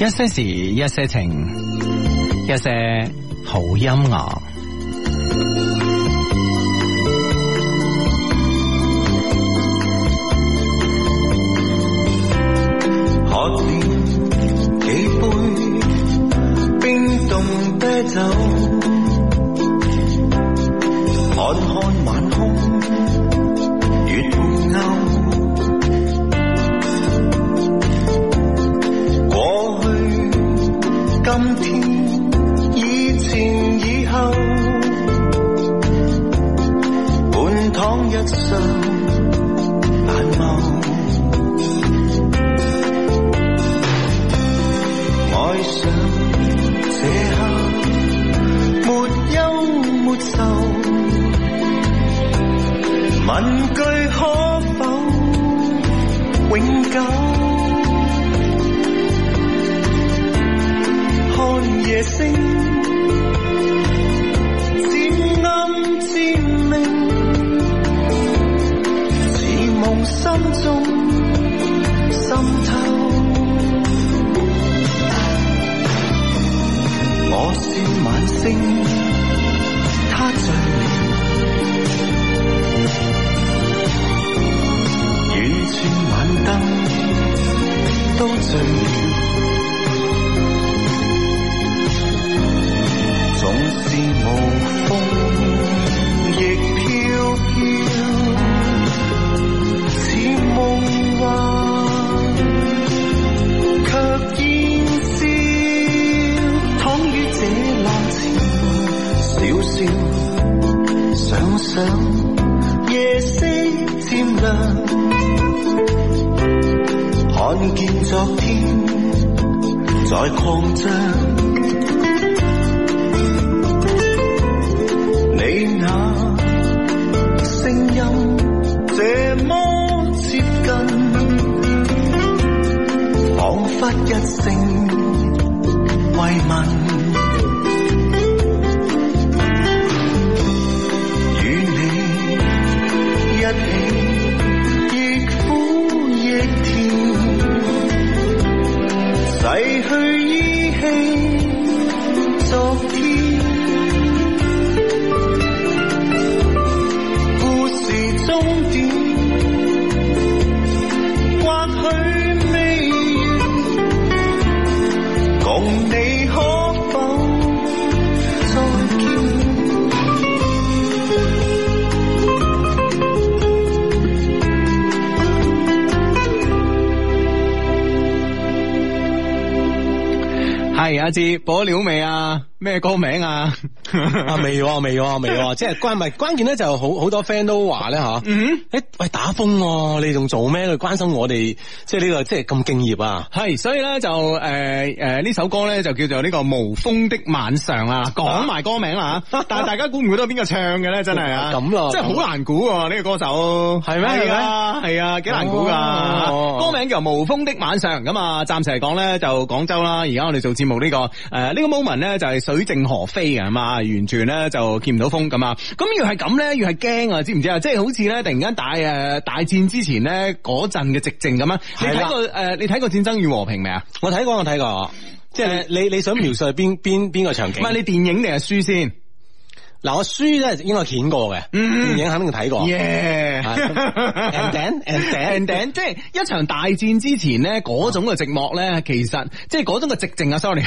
一些事，一些情，一些好音樂。喝了幾杯冰凍啤酒，看看晚空月半勾。過去、今天、以前、以後，半躺一雙眼眸。愛上這刻，沒憂沒愁，問句可否永久？看夜星，漸暗漸明，似夢心中滲透。我笑晚星，他醉了，遠處晚燈都醉了，總是無風亦飄飄，似夢幻，卻煙消。躺於這浪潮，笑笑想想，夜色漸亮，看見昨天在擴張。你那聲音這麼接近，彷彿一聲。慰問，與你一起，亦苦亦甜，洗去依稀昨天，故事終點，或許未完。共你可否再見？係阿志，報咗料未啊？咩歌名啊？ 啊未喎未喎未 喎，即係關咪關鍵咧就好好多 friend 都話咧吓，嗯，誒喂打風喎，你仲做咩？你關心我哋即係呢個即係咁敬業啊！係，所以咧就誒誒呢首歌咧就叫做呢個無風的晚上啊，講埋歌名 啦吓，但係大家估唔估到邊個唱嘅咧？真係啊，咁咯真係好難估喎呢個歌手，係咩係啊，係啊，幾難估噶哦。歌名叫《無風的晚上》咁啊，暫時嚟講咧就廣州啦，而家我哋做節目呢個誒呢個 moment 咧就係水靜河飛嘅咁啊，完全咧就見唔到風咁啊。咁越係咁咧，越係驚啊，知唔知啊？即係好似咧突然間大誒大戰之前咧嗰陣嘅寂靜咁啊。你係啦睇過誒你睇過《戰爭與和平》未啊？我睇過我睇過，即係你你想描述係邊邊邊個場唔景？係你電影定係書先？嗱，我書咧應該見過嘅，嗯電影肯定睇過。耶哦啊 And then, and and then， then，即係一場大戰之前咧，嗰種嘅寂寞咧，其實即係嗰種嘅寂靜啊，sorry，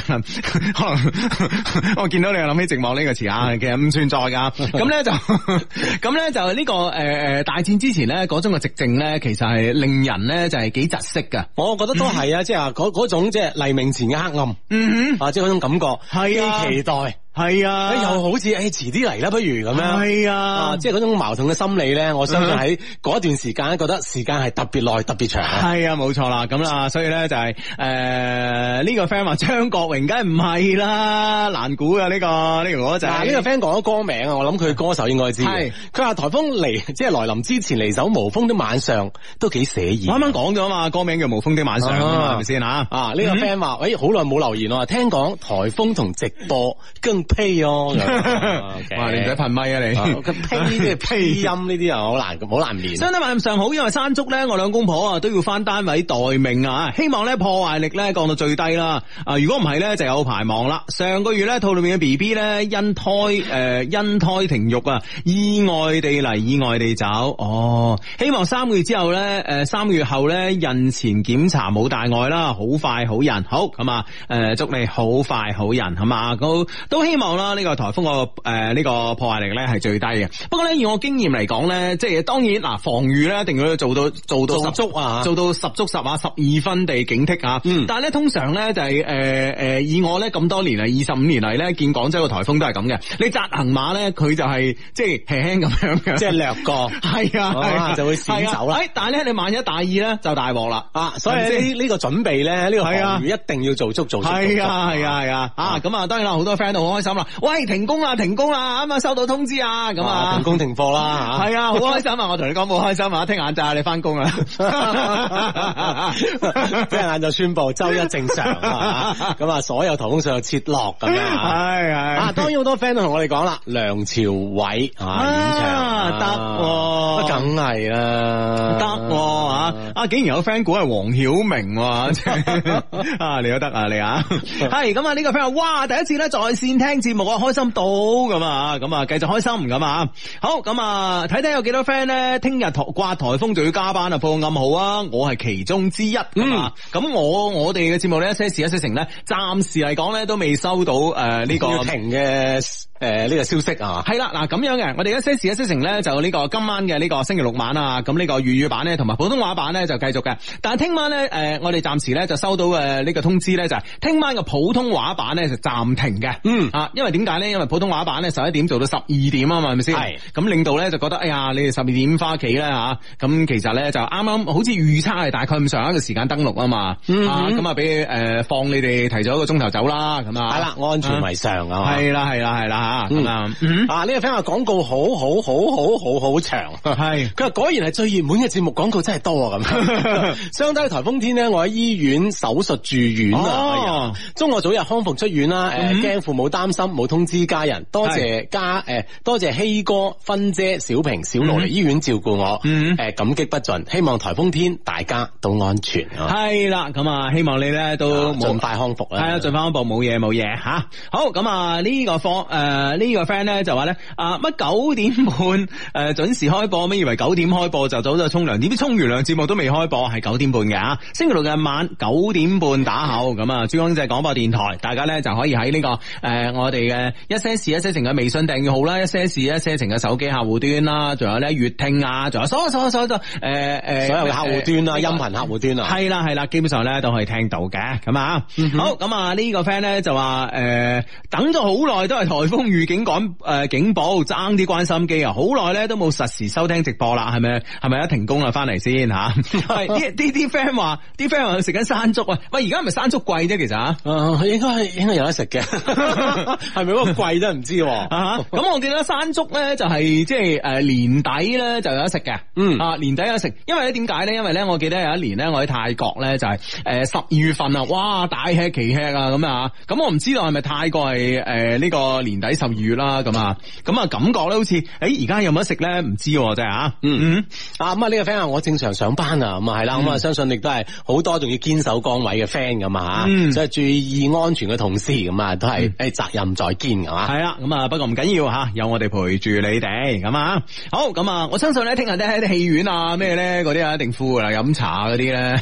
可 能我 見到你又諗起寂寞呢個詞啊，其實唔存在㗎。咁咧就 咁咧就呢個誒誒大戰之前咧，嗰種嘅寂靜咧，其實係令人咧就係幾窒息㗎。我覺得都係啊，即係話嗰嗰種即係黎明前嘅 黑暗嗯啊，即係嗰種感覺，係啊既期待。哼，係啊誒哎又好似誒遲啲嚟啦，不如咁樣。係啊即係嗰種矛盾嘅心理咧，我相信嗯喺嗰段時間咧，覺得時間係特別耐、特別長嘅。係啊，冇錯啦，咁啦，所以咧就係誒呢個 friend 話張國榮，梗係唔係啦，難估噶呢個呢條我就嗱，呢個 friend 講咗歌名啊，我諗佢歌手應該知嘅係。佢話颱風嚟，即係來臨之前嚟首《無風的晚上》，都幾寫意。我啱啱講咗啊嘛，歌名叫《無風的晚上》啊嘛，啊 係咪先吓？啊！呢個 friend 話：，喂，好耐冇留言喎，聽講颱風同直播更呸哦，咁 樣哇！你唔 使噴咪啊你。啊佢呸 即係呸音呢啲啊，好難好難練。相得晚上好，因為山竹咧，我兩公婆啊都要翻單位待命啊，希望咧破壞力咧降到最低啦。啊，如果唔係咧就有排忙啦。上個月咧肚裏面嘅 B B 咧因胎誒、呃因胎停育啊，意外地嚟意外地走。哦，希望三個月之後咧誒、呃三個月後咧孕前檢查冇大礙啦，好快好人好咁啊誒，祝你好快好人係嘛，都都希望啦呢、個颱風個誒呢個破壞力咧係最低嘅。不過咧以我經驗嚟講咧，即係當然嗱防禦咧一定要做到做到做十足啊做到十足十啊十二分地警惕啊。嗯但係咧通常咧就係誒誒以我咧咁多年嚟二十五年嚟咧見廣州嘅颱風都係咁嘅，你扎行馬咧佢就係、即係輕輕咁樣嘅，即係掠 過係啊，哦係啊就會閃係啊走啦哎但係咧你萬一大意咧就大鑊啦。啊，所以係咪呢先呢個準備咧，呢個係啊防禦一定要做足做足。係做足啊，係啊，係啊，啊咁啊，當然啦，好多 friend 都好開心啦。喂，停工啦，停工啦，啱啱收到通知啊，咁啊，停工停課啦吓。係啊，好開心啊！我同你講冇開心啊，聽晏晝你翻工啦。 即係晏晝宣布周一正常啊，咁啊所有台風上撤落咁樣啊。係係 啊，當然好多 friend 都同我哋講啦，梁朝偉啊演啊唱得喎梗係啦，得喎啊！啊，竟然有 friend 估係黃曉明喎，真係 啊，你都得啊你啊，係咁啊呢個 friend 話哇，第一次咧在線聽節目啊，開心到咁啊，咁啊繼續開心咁啊，好咁啊睇睇有幾多 friend 咧，聽日台掛颱風就要加班啊，報個暗號啊，我係其中之一咁啊，咁我我哋嘅節目咧一些事一些情咧，暫時嚟講咧都未收到誒呢個要停嘅誒呢個消息啊，係啦，嗱咁樣嘅，我哋一些事一些情咧，就呢個今晚嘅呢個星期六晚啊，咁呢個粵語版咧，同埋普通話版咧就繼續嘅。但係聽晚咧，誒、我哋暫時咧就收到嘅呢個通知咧，就係、聽晚嘅普通話版咧就暫停嘅。嗯啊，因為點解咧？因為普通話版咧十一點做到十二點啊嘛，係咪先？係咁領導咧就覺得，哎呀，你哋十二點翻屋企啦吓，啊咁其實咧就啱啱好似預測係大概咁上下嘅時間登錄啊嘛，嗯啊咁啊俾誒放你哋提早一個鐘頭走啦，咁啊係啦，安全為上啊嘛。係啦係啦係啦吓，咁啊。嗯啊！呢個 friend 話廣告好好好好好 好長，係佢話果然係最熱門嘅節目，廣告真係多 啊咁。相低颱風天咧，我喺醫院手術住院哦啊，哎呀祝我早日康復出院啦！嗯誒，驚父母擔心，冇通知家人，多謝家誒，多謝希哥、芬姐、小平、小盧嚟醫院照顧我，嗯誒感激不盡。希望颱風天大家都安全啊，係啦，咁啊，希望你咧都冇盡。快康復係啦。啊，進翻步冇嘢冇嘢吓，好咁啊呢個方誒呢個 friend 咧就話咧啊乜九點半 誒、準時開播，乜以為九點開播就早咗沖涼，點知沖完涼節目都未開播，係九點半嘅啊，星期六嘅晚九點半打後咁啊，珠江經濟廣播電台，大家咧就可以喺呢、個誒、呃我哋嘅一些事一些情嘅微信訂閱號啦，一些事一些情嘅手機客戶端啦，仲有咧粵聽啊，仲有所有所有所有呃誒誒所有嘅客戶端啦，誒音頻客戶端啊，系啦系啦，基本上咧都可以聽到嘅，咁啊，好咁啊呢個 friend 咧就話诶、呃等咗好耐都係颱風預警趕诶、呃警報，爭啲關心機啊，好耐咧都冇實時收聽直播啦，係咪係咪一停工啦翻嚟先吓？喂啲啲啲 friend 話，啲 friend 話食緊山竹啊，喂而家係咪山竹貴啫，其實啊。啊，應該係應該有得 食嘅，係咪嗰個貴都唔知喎。 啊！咁我記得山竹咧就係即係誒年底咧就有得食嘅，嗯啊年底有得食，因為咧點解咧？因為咧我記得有一年咧我喺泰國咧就係誒十二月份啊，哇大吃奇吃啊咁啊，咁我唔知道係咪泰國係誒呢個年底十二月啦咁啊，咁啊感覺咧好似誒而家有冇得食咧唔知喎真係啊，嗯啊咁啊呢個 friend 話我正常上班啊，咁啊係啦，咁啊相信亦都係好多仲要堅守崗位嘅 friend 咁啊嗯吓，所以注意安全嘅同時咁啊都係誒責任在肩係嘛，係啦，咁啊，不過唔緊要吓，有我哋陪住你哋咁啊。好，咁啊，我相信咧，聽日咧喺啲戲院啊，咩咧嗰啲啊，一定富噶啦，飲茶嗰啲咧，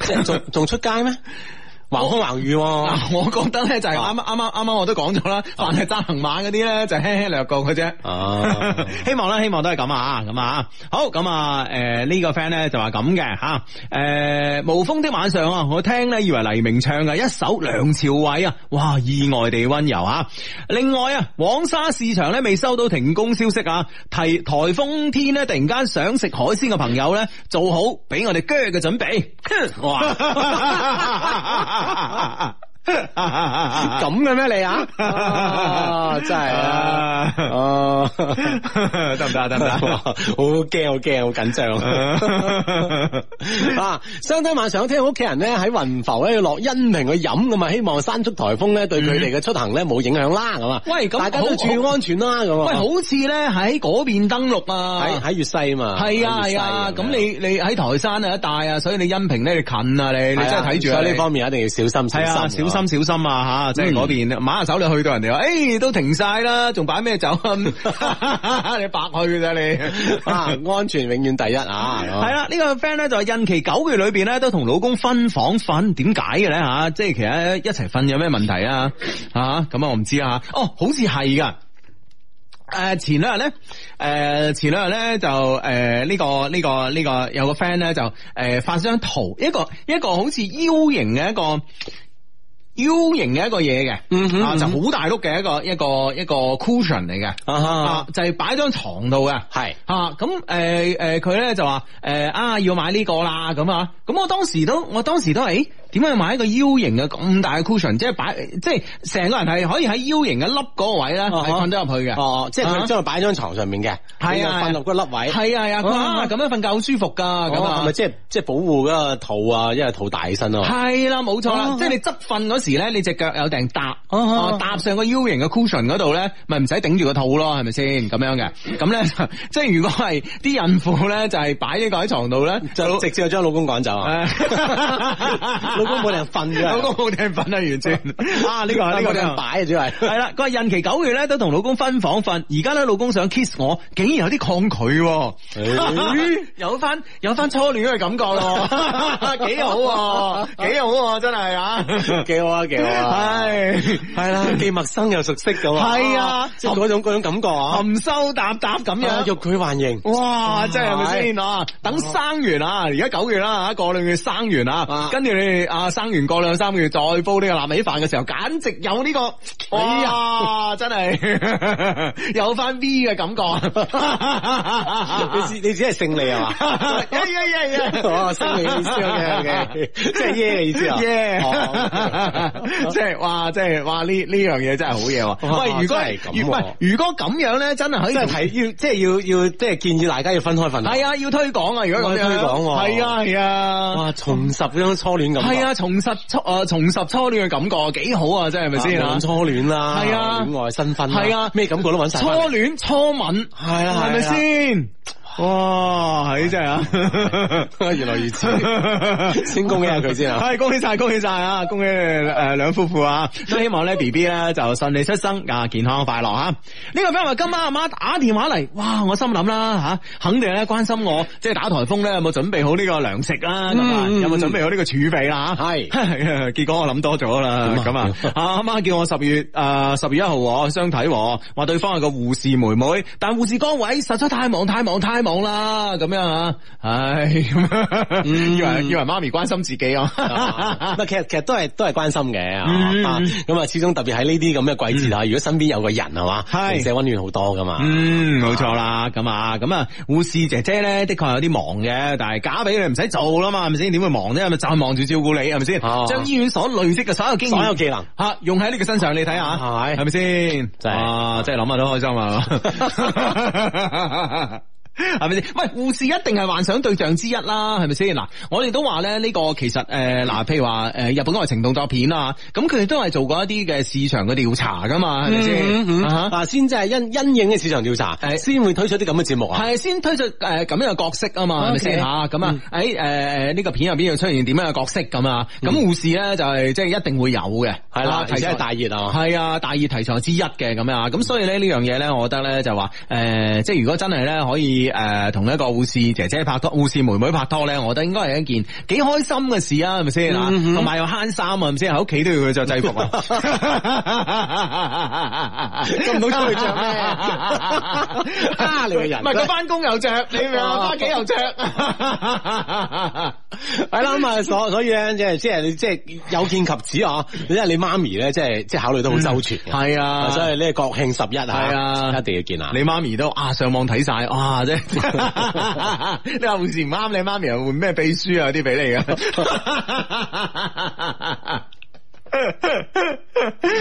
即係 仲仲出街咩？橫風橫雨喎，嗱， 我覺得咧就係啱啱啱啱啱啱我都講咗啦，凡係揸行馬嗰啲咧就輕輕略過嘅啫。 啊 希望啦，希望都係咁啊，咁啊，好咁啊，誒、呢、個 friend 咧就話咁嘅吓，誒、無風的晚上啊，我聽咧以為黎明唱嘅一首梁朝偉啊，哇，意外地温柔啊。另外啊，黃沙市場咧未收到停工消息啊，提颱風天咧突然間想食海鮮嘅朋友咧，做 好俾我哋鋸嘅準備。哇！ 咁嘅咩你 啊？啊真係啊！ 啊， 得唔得啊？得唔得哇 啊？好驚，好驚，好緊 張啊！相睇晚上聽屋企人咧喺雲浮咧要落恩平去飲咁啊，希望山竹颱風咧對佢哋嘅出行咧冇影響啦，咁啊，喂咁大家都好注意安全啦，咁啊，喂，好似咧喺嗰邊登陸啊，喺喺粵西啊嘛，係啊喺粵西係啊，樣咁你你喺台山啊一帶啊，所以你恩平咧你近啊你，你真係係啊睇住啊所以你呢方面一定要小心，係啊，小小心，心小心啊吓，即係嗰嗯邊馬下手你去到人哋話，誒都停晒啦，仲擺咩酒啊？ 你白去㗎咋你？ 啊！安全永遠第一 啊！係嘛係啦，呢個 friend 咧就係孕期九個月裏邊咧都同老公分房瞓，點解嘅咧吓？即係其實一齊瞓有咩問題啊？吓咁啊，我唔知啊。哦，好似係噶。誒、前兩日咧，誒、前兩日咧就誒呢、個呢、個呢、個有個 friend 咧就誒、發咗張圖，一個一個好似 U 型嘅一個 U 型嘅一個嘢嘅，嗯哼啊嗯哼就好大碌嘅一個一個一個 cushion 嚟嘅，啊哈啊就係擺張床度嘅，係啊，咁誒誒，佢、咧就話誒、啊要買呢個啦咁啊，咁我當時都我當時都係，咦點解要買一個 U 型嘅咁大嘅 cushion，即係擺即係成個人係可以喺 U 型嘅凹嗰個位咧係哈瞓咗入去嘅。啊哦，即係啊佢將佢擺喺張床上面嘅，係啊咁就瞓落個粒位，係啊係啊，佢話啊咁樣瞓覺好舒服噶咁咁哦啊，係啊咪。即係即係保護嗰個肚啊？因為肚大起身啊嘛。係啦，冇錯啦啊，即係你側瞓嗰時咧，你隻腳有定搭，啊啊搭上個 U 型嘅 cushion 嗰度咧，咪唔使頂住個肚咯，係咪先咁樣嘅？咁咧就即係如果係啲孕婦咧，就係擺呢個喺床度咧，就直接就將老公趕走 啊！老老公冇地方瞓嘅老公冇地方瞓啊，完全啊！呢個呢個冇地方真係擺啊，主要係系啦，佢話孕期九月咧都同老公分房瞓，而家咧老公想 kiss 我，竟然有啲抗拒喎、咦 有翻有翻初戀嘅感覺咯， 幾好喎、幾好喎、真係啊！幾好啊， 幾好啊！係係啦，既陌生又熟悉咁啊！係啊即係嗰種嗰種感覺啊！含羞答答咁啊樣欲。拒還迎，哇！真係係咪先啊？等生完啊，而家九月啦吓，過兩個月生完啊啊，跟住你哋啊生完過兩三個月再煲呢個臘味飯嘅時候，簡直有呢個，哎哎呀，真係 有翻 V 嘅感你啊 覺。只你只係勝利係嘛？呀呀呀呀！哦，勝利嘅意思，OK，OK，即係耶嘅意思啊！耶哦，OK！ 即係哇，即係哇，呢呢樣嘢真係好嘢哇喎。喂，如果真係咁如喎喂如果咁樣咧，真係可以即係睇要，即係要要，即係建議大家要分 開瞓啊。系啊，要推廣啊！如果咁樣，我要推廣喎係啊係啊，哇，重拾嗰種初戀感覺。係啊，重拾初啊重拾初戀嘅感覺幾好啊！真係咪先啊啊無論？初戀啦，係啊戀愛新婚啦，係啊咩感覺都揾晒初返嚟。戀初吻係啦係咪先？哇，係真係啊！ 原來如此，先恭喜下佢先啊！系恭喜晒，恭喜晒啊！恭喜诶两夫婦啊！都希望咧 B B 咧就順利出生啊，健康快樂啊！呢個 friend 話今晚阿媽打電話嚟，哇！我心諗啦吓，肯定咧關心我，即係打颱風咧有冇準備好呢個糧食啦，咁啊嗯嗯有冇準備好呢個儲備啦？啊 係結果我諗多咗啦，咁啊，啊媽叫我十月誒十月一號喎相睇喎，話對方係個護士妹妹，但護士崗位實在太忙太忙太忙啦，咁樣啊，唉，啊嗯以為以為媽咪關心自己啊，啊唔係其實其實都係都係關心嘅嗯啊，咁啊，始終特別喺呢啲咁嘅季節啊，如果身邊有個人係嘛，係零舍温暖好多噶嘛。 嗯，冇錯啦，咁啊，咁啊，護士姐姐咧，的確有啲忙嘅，但係假俾你唔使做啦嘛，係咪先？點會忙啫？係咪就係忙住照顧你，係咪先？哦將醫院所累積嘅所有經驗、所有技能啊吓用喺你嘅身上，你睇下，係啊係咪先？真係啊， 真係諗下都開心啊！係咪先？喂，護士一定係幻想對象之一啦，係咪先？嗱，我哋都話咧，呢個其實誒嗱、譬如話誒、日本愛情動作片啊，咁佢哋都係做過一啲嘅市場嘅調查噶嘛，係咪嗯先？嗯啊哈啊，先即係因因應嘅市場調查，係先會推出啲咁嘅節目啊。系先推出诶咁樣嘅角色啊嘛，係咪 OK 先吓？咁啊喺诶呢個片入邊要出現點樣嘅角色咁啊？咁護士咧就係即係一定會有嘅，係啦啊，而且係大熱啊係啊，大熱題材之一嘅咁啊。咁所以咧呢樣嘢咧，我覺得咧就話诶，即係如果真係咧可以诶同一個護士姐姐拍拖、護士妹妹拍拖咧，我覺得應該係一件幾開心嘅事啊，係咪先啊？嗯嗯同埋又慳衫啊，係咪先？喺屋企都要佢着制服啊，咁唔到出去 着咩啊，你個人唔係真佢係翻工又着，你明啊嘛？哦翻幾又着，係啦，咁啊，所所以咧，即係即係你即係有見及此啊，因為你媽咪咧，即係即係考慮得好周全嘅。係啊所以呢個國慶十一啊，係啊一定要見啊。你媽咪都啊上網睇晒，哇 啫！你話護士唔啱，你媽咪又換咩秘書啊啲俾你嘅。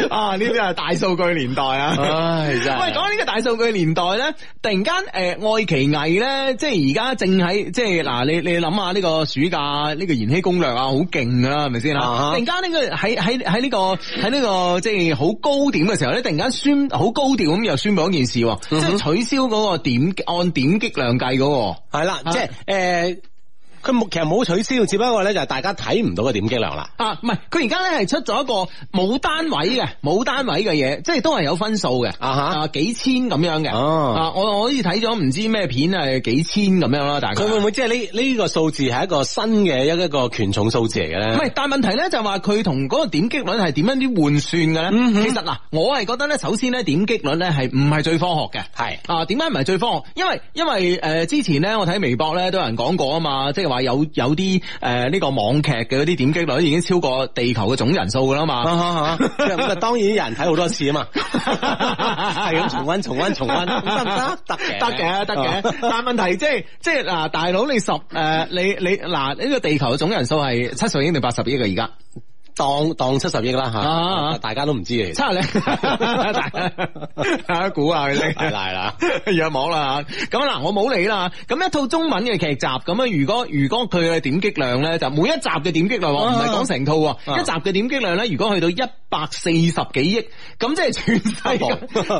啊，呢啲系大數據年代啊！唉，真係喂，講呢個大數據年代咧，突然間诶、呃愛奇藝咧，即係而家正喺即係嗱，你你諗下呢個暑假呢、個延禧攻略啊，好勁啊，係咪先啊哈啊？突然間呢個喺喺喺呢個喺呢、個即係好高點嘅時候咧，突然間宣好高調咁又宣布一件事喎，嗯即哼係取消嗰個點按點擊量計嗰、個。係啦，即係诶，佢冇其實冇取消，只不過咧就係大家睇唔到個點擊量啦。啊，唔係，佢而家咧係出咗一個冇單位嘅，冇單位嘅嘢，即係都係有分數嘅，啊哈啊幾千咁樣嘅，哦啊，我我好似睇咗唔知咩片係幾千咁樣啦，大概。佢會唔會即係呢呢個數字係一個新嘅一一個權重數字嚟嘅咧？唔係，但係問題咧就係話佢同嗰個點擊率係點樣啲換算嘅咧？嗯哼其實嗱，我係覺得咧，首先咧點擊率咧係唔係最科學嘅？係啊，點解唔係最科學？因為因為誒、呃之前咧，我睇微博咧都有人講過啊嘛，即係話有有啲誒呢個網劇嘅嗰啲點擊率已經超過地球嘅總人數㗎啦嘛。啊哈哈即係咁啊！當然有人睇好多次 啊嘛，係咁重温、重温、重温，咁得唔得？得嘅，啊得嘅，得嘅。但問題即係即係嗱，大佬 你十誒、呃你你嗱呢、個地球嘅總人數係七十億定八十億嘅而家？當當七十億啦啊吓，啊大家都唔知嘅，七你， 大家估下佢先係啦係啦。 約網啦嚇咁啊嗱，我冇理啦。咁一套中文嘅劇集，咁啊，如果如果佢嘅點擊量咧，就每一集嘅點擊量喎，唔係講成套啊喎，一集嘅點擊量咧，如果去到一百四十幾億，咁即係全世 Double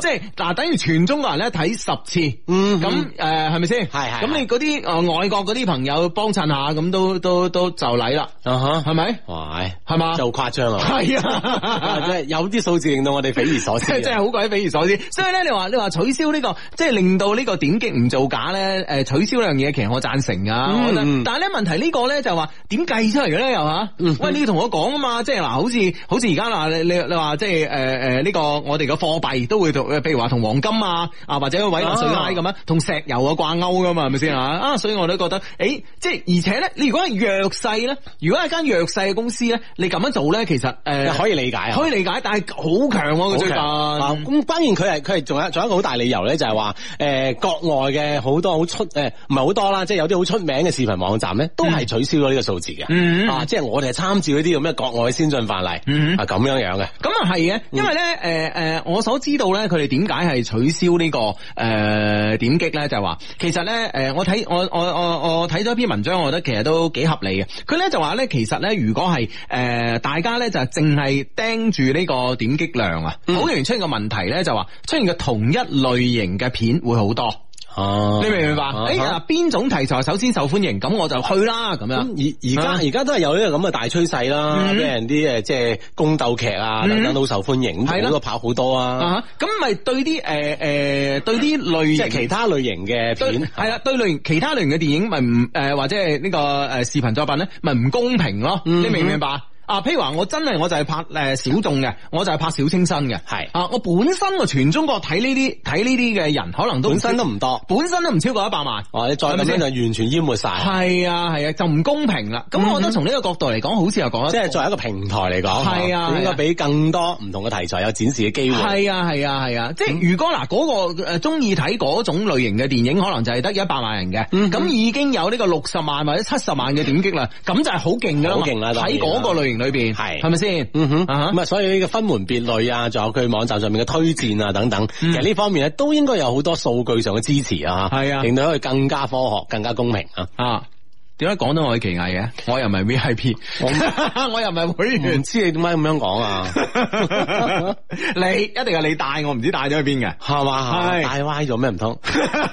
界，即係嗱，等於全中國人咧睇十次，嗯咁呃誒係咪先？係係咁你嗰啲誒外國嗰啲朋友幫襯下，咁都都都就禮啦，啊哈，係咪？哇，係嘛？就誇張啊！係啊啊 即。係有啲數字令到我哋匪夷所思即 啊。係真係好鬼匪夷所思，所以咧，你話你話取消呢、個，即係令到呢個點擊唔造假咧，誒、取消呢樣嘢，其實我贊成噶，嗯我覺得嗯但係咧問題呢個咧就話點計出嚟嘅咧又嚇？喂，你要同我講啊嘛，即係嗱，好似好似而家嗱，你你你話即係誒誒呢個我哋嘅貨幣都會同，呃譬如話同黃金啊啊或者委內瑞拉咁啊，同石油啊掛鈎噶嘛，係咪先啊？啊，所以我都覺得，誒、即係而且咧，你如果係弱勢咧，如果係間弱勢嘅公司咧，你咁樣做咧，其實誒、呃你 可以理解啊。可以理解，但係哎好強喎佢最近。啊，咁關鍵佢係佢係仲有仲有一個好大理由咧，就係話誒國外嘅好多好出誒唔係好多啦，即係有啲好出名嘅視頻網站咧，都係取消咗呢個數字嘅。嗯啊，即係我哋係參照呢啲咁嘅國外嘅先進範例，嗯啊咁樣樣嘅。咁啊係嘅，因為咧，誒、誒，我所知道咧，佢哋點解係取消呢、個誒、點擊咧，就係話其實咧，誒、我睇我我我我睇咗一篇文章，我覺得其實都幾合理嘅。佢咧就話咧，其實咧，如果係誒、大家咧就係淨係盯住呢個點擊量啊，好容易出現個問題咧，就話出現個同一類型嘅片會好多，哦你明唔明白？啊誒嗱、邊種題材首先受歡迎，咁我就去啦，咁樣。咁而而啊家而家都係有呢個咁嘅大趨勢啦，嗯俾人啲呃誒即係宮鬥劇啊嗯等等都好受歡迎，係啦好多拍好多啊，啊，咁咪對啲誒誒對啲類即型係其他類型嘅對片啊係啦，對類型其他類型嘅電影咪唔誒或者係呢個誒視頻作品咧，咪唔公平咯？嗯你明唔明白？啊，譬如話我真係我就係拍誒、呃小眾嘅，我就係拍小清新嘅，係啊，我本身我全中國睇呢啲睇呢啲嘅人，可能都本身都唔唔多，本身都唔超過一百萬。哦你再係咁咪樣先就完全淹沒晒。係啊係啊，就唔公平啦。咁我覺得從呢個角度嚟講，好似又講得嗯即係作為一個平台嚟講，係啊佢應係該啊俾更多唔同嘅題材有展示嘅機會。係啊係啊係嗯啊，即係如果嗱嗰個诶中意睇嗰種類型嘅電影，可能就係得一百萬人嘅，嗯咁已經有呢個六十萬或者七十萬嘅點擊啦，咁就係好勁噶啦嘛，好勁啦當然喺啦嗰個類型裏边係係咪先？嗯哼，啊哈咁啊，所以呢個分門別類啊，仲有佢網站上面嘅推薦啊等等，其實呢方面咧都應該有好多數據上嘅支持啊，嗯係啊令到佢更加科學、更加公平啊。啊，點解講到我嘅奇藝嘅？我又唔係 V I P，我又 唔係會唔員，知你點解咁樣講啊？ 你一定係你帶我，唔知帶咗去邊嘅。係嘛？ 係帶歪咗咩唔通？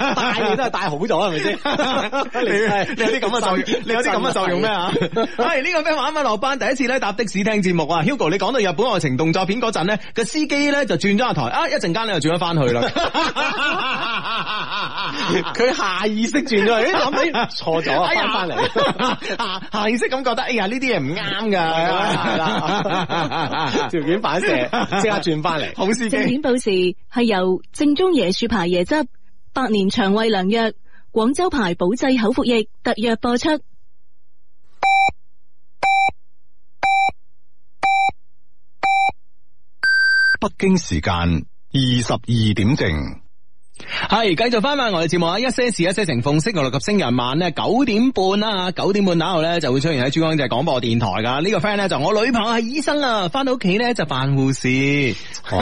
帶你都係帶好咗係咪先？ 你你有啲咁嘅作用，你有啲咁嘅作用咩啊？係呢個咩玩翻落班，第一次咧搭的士聽節目啊，Hugo 你講到日本愛情動作片嗰陣咧，個司機咧就轉咗下台，啊一陣間咧就轉咗翻去 啦。佢下意識轉咗，咦諗起錯 咗啊，哎呀翻翻嚟。下 下意識咁覺得，哎呀呢啲嘢唔啱㗎， 係啦係啦， 條件反射即刻轉翻嚟。 好司正機点报时系由正宗椰樹牌椰汁、百年腸胃良藥、廣州牌保濟口服液特約播出。北京時間二十二點正。系继续翻翻我哋节目啊！一些事一些情，逢星期六及星期日晚咧九点半啦，九點半打後咧就會出現喺珠江經濟廣播電台噶。呢、個 friend 咧就我女朋友係醫生啊，翻到屋企咧就扮護士。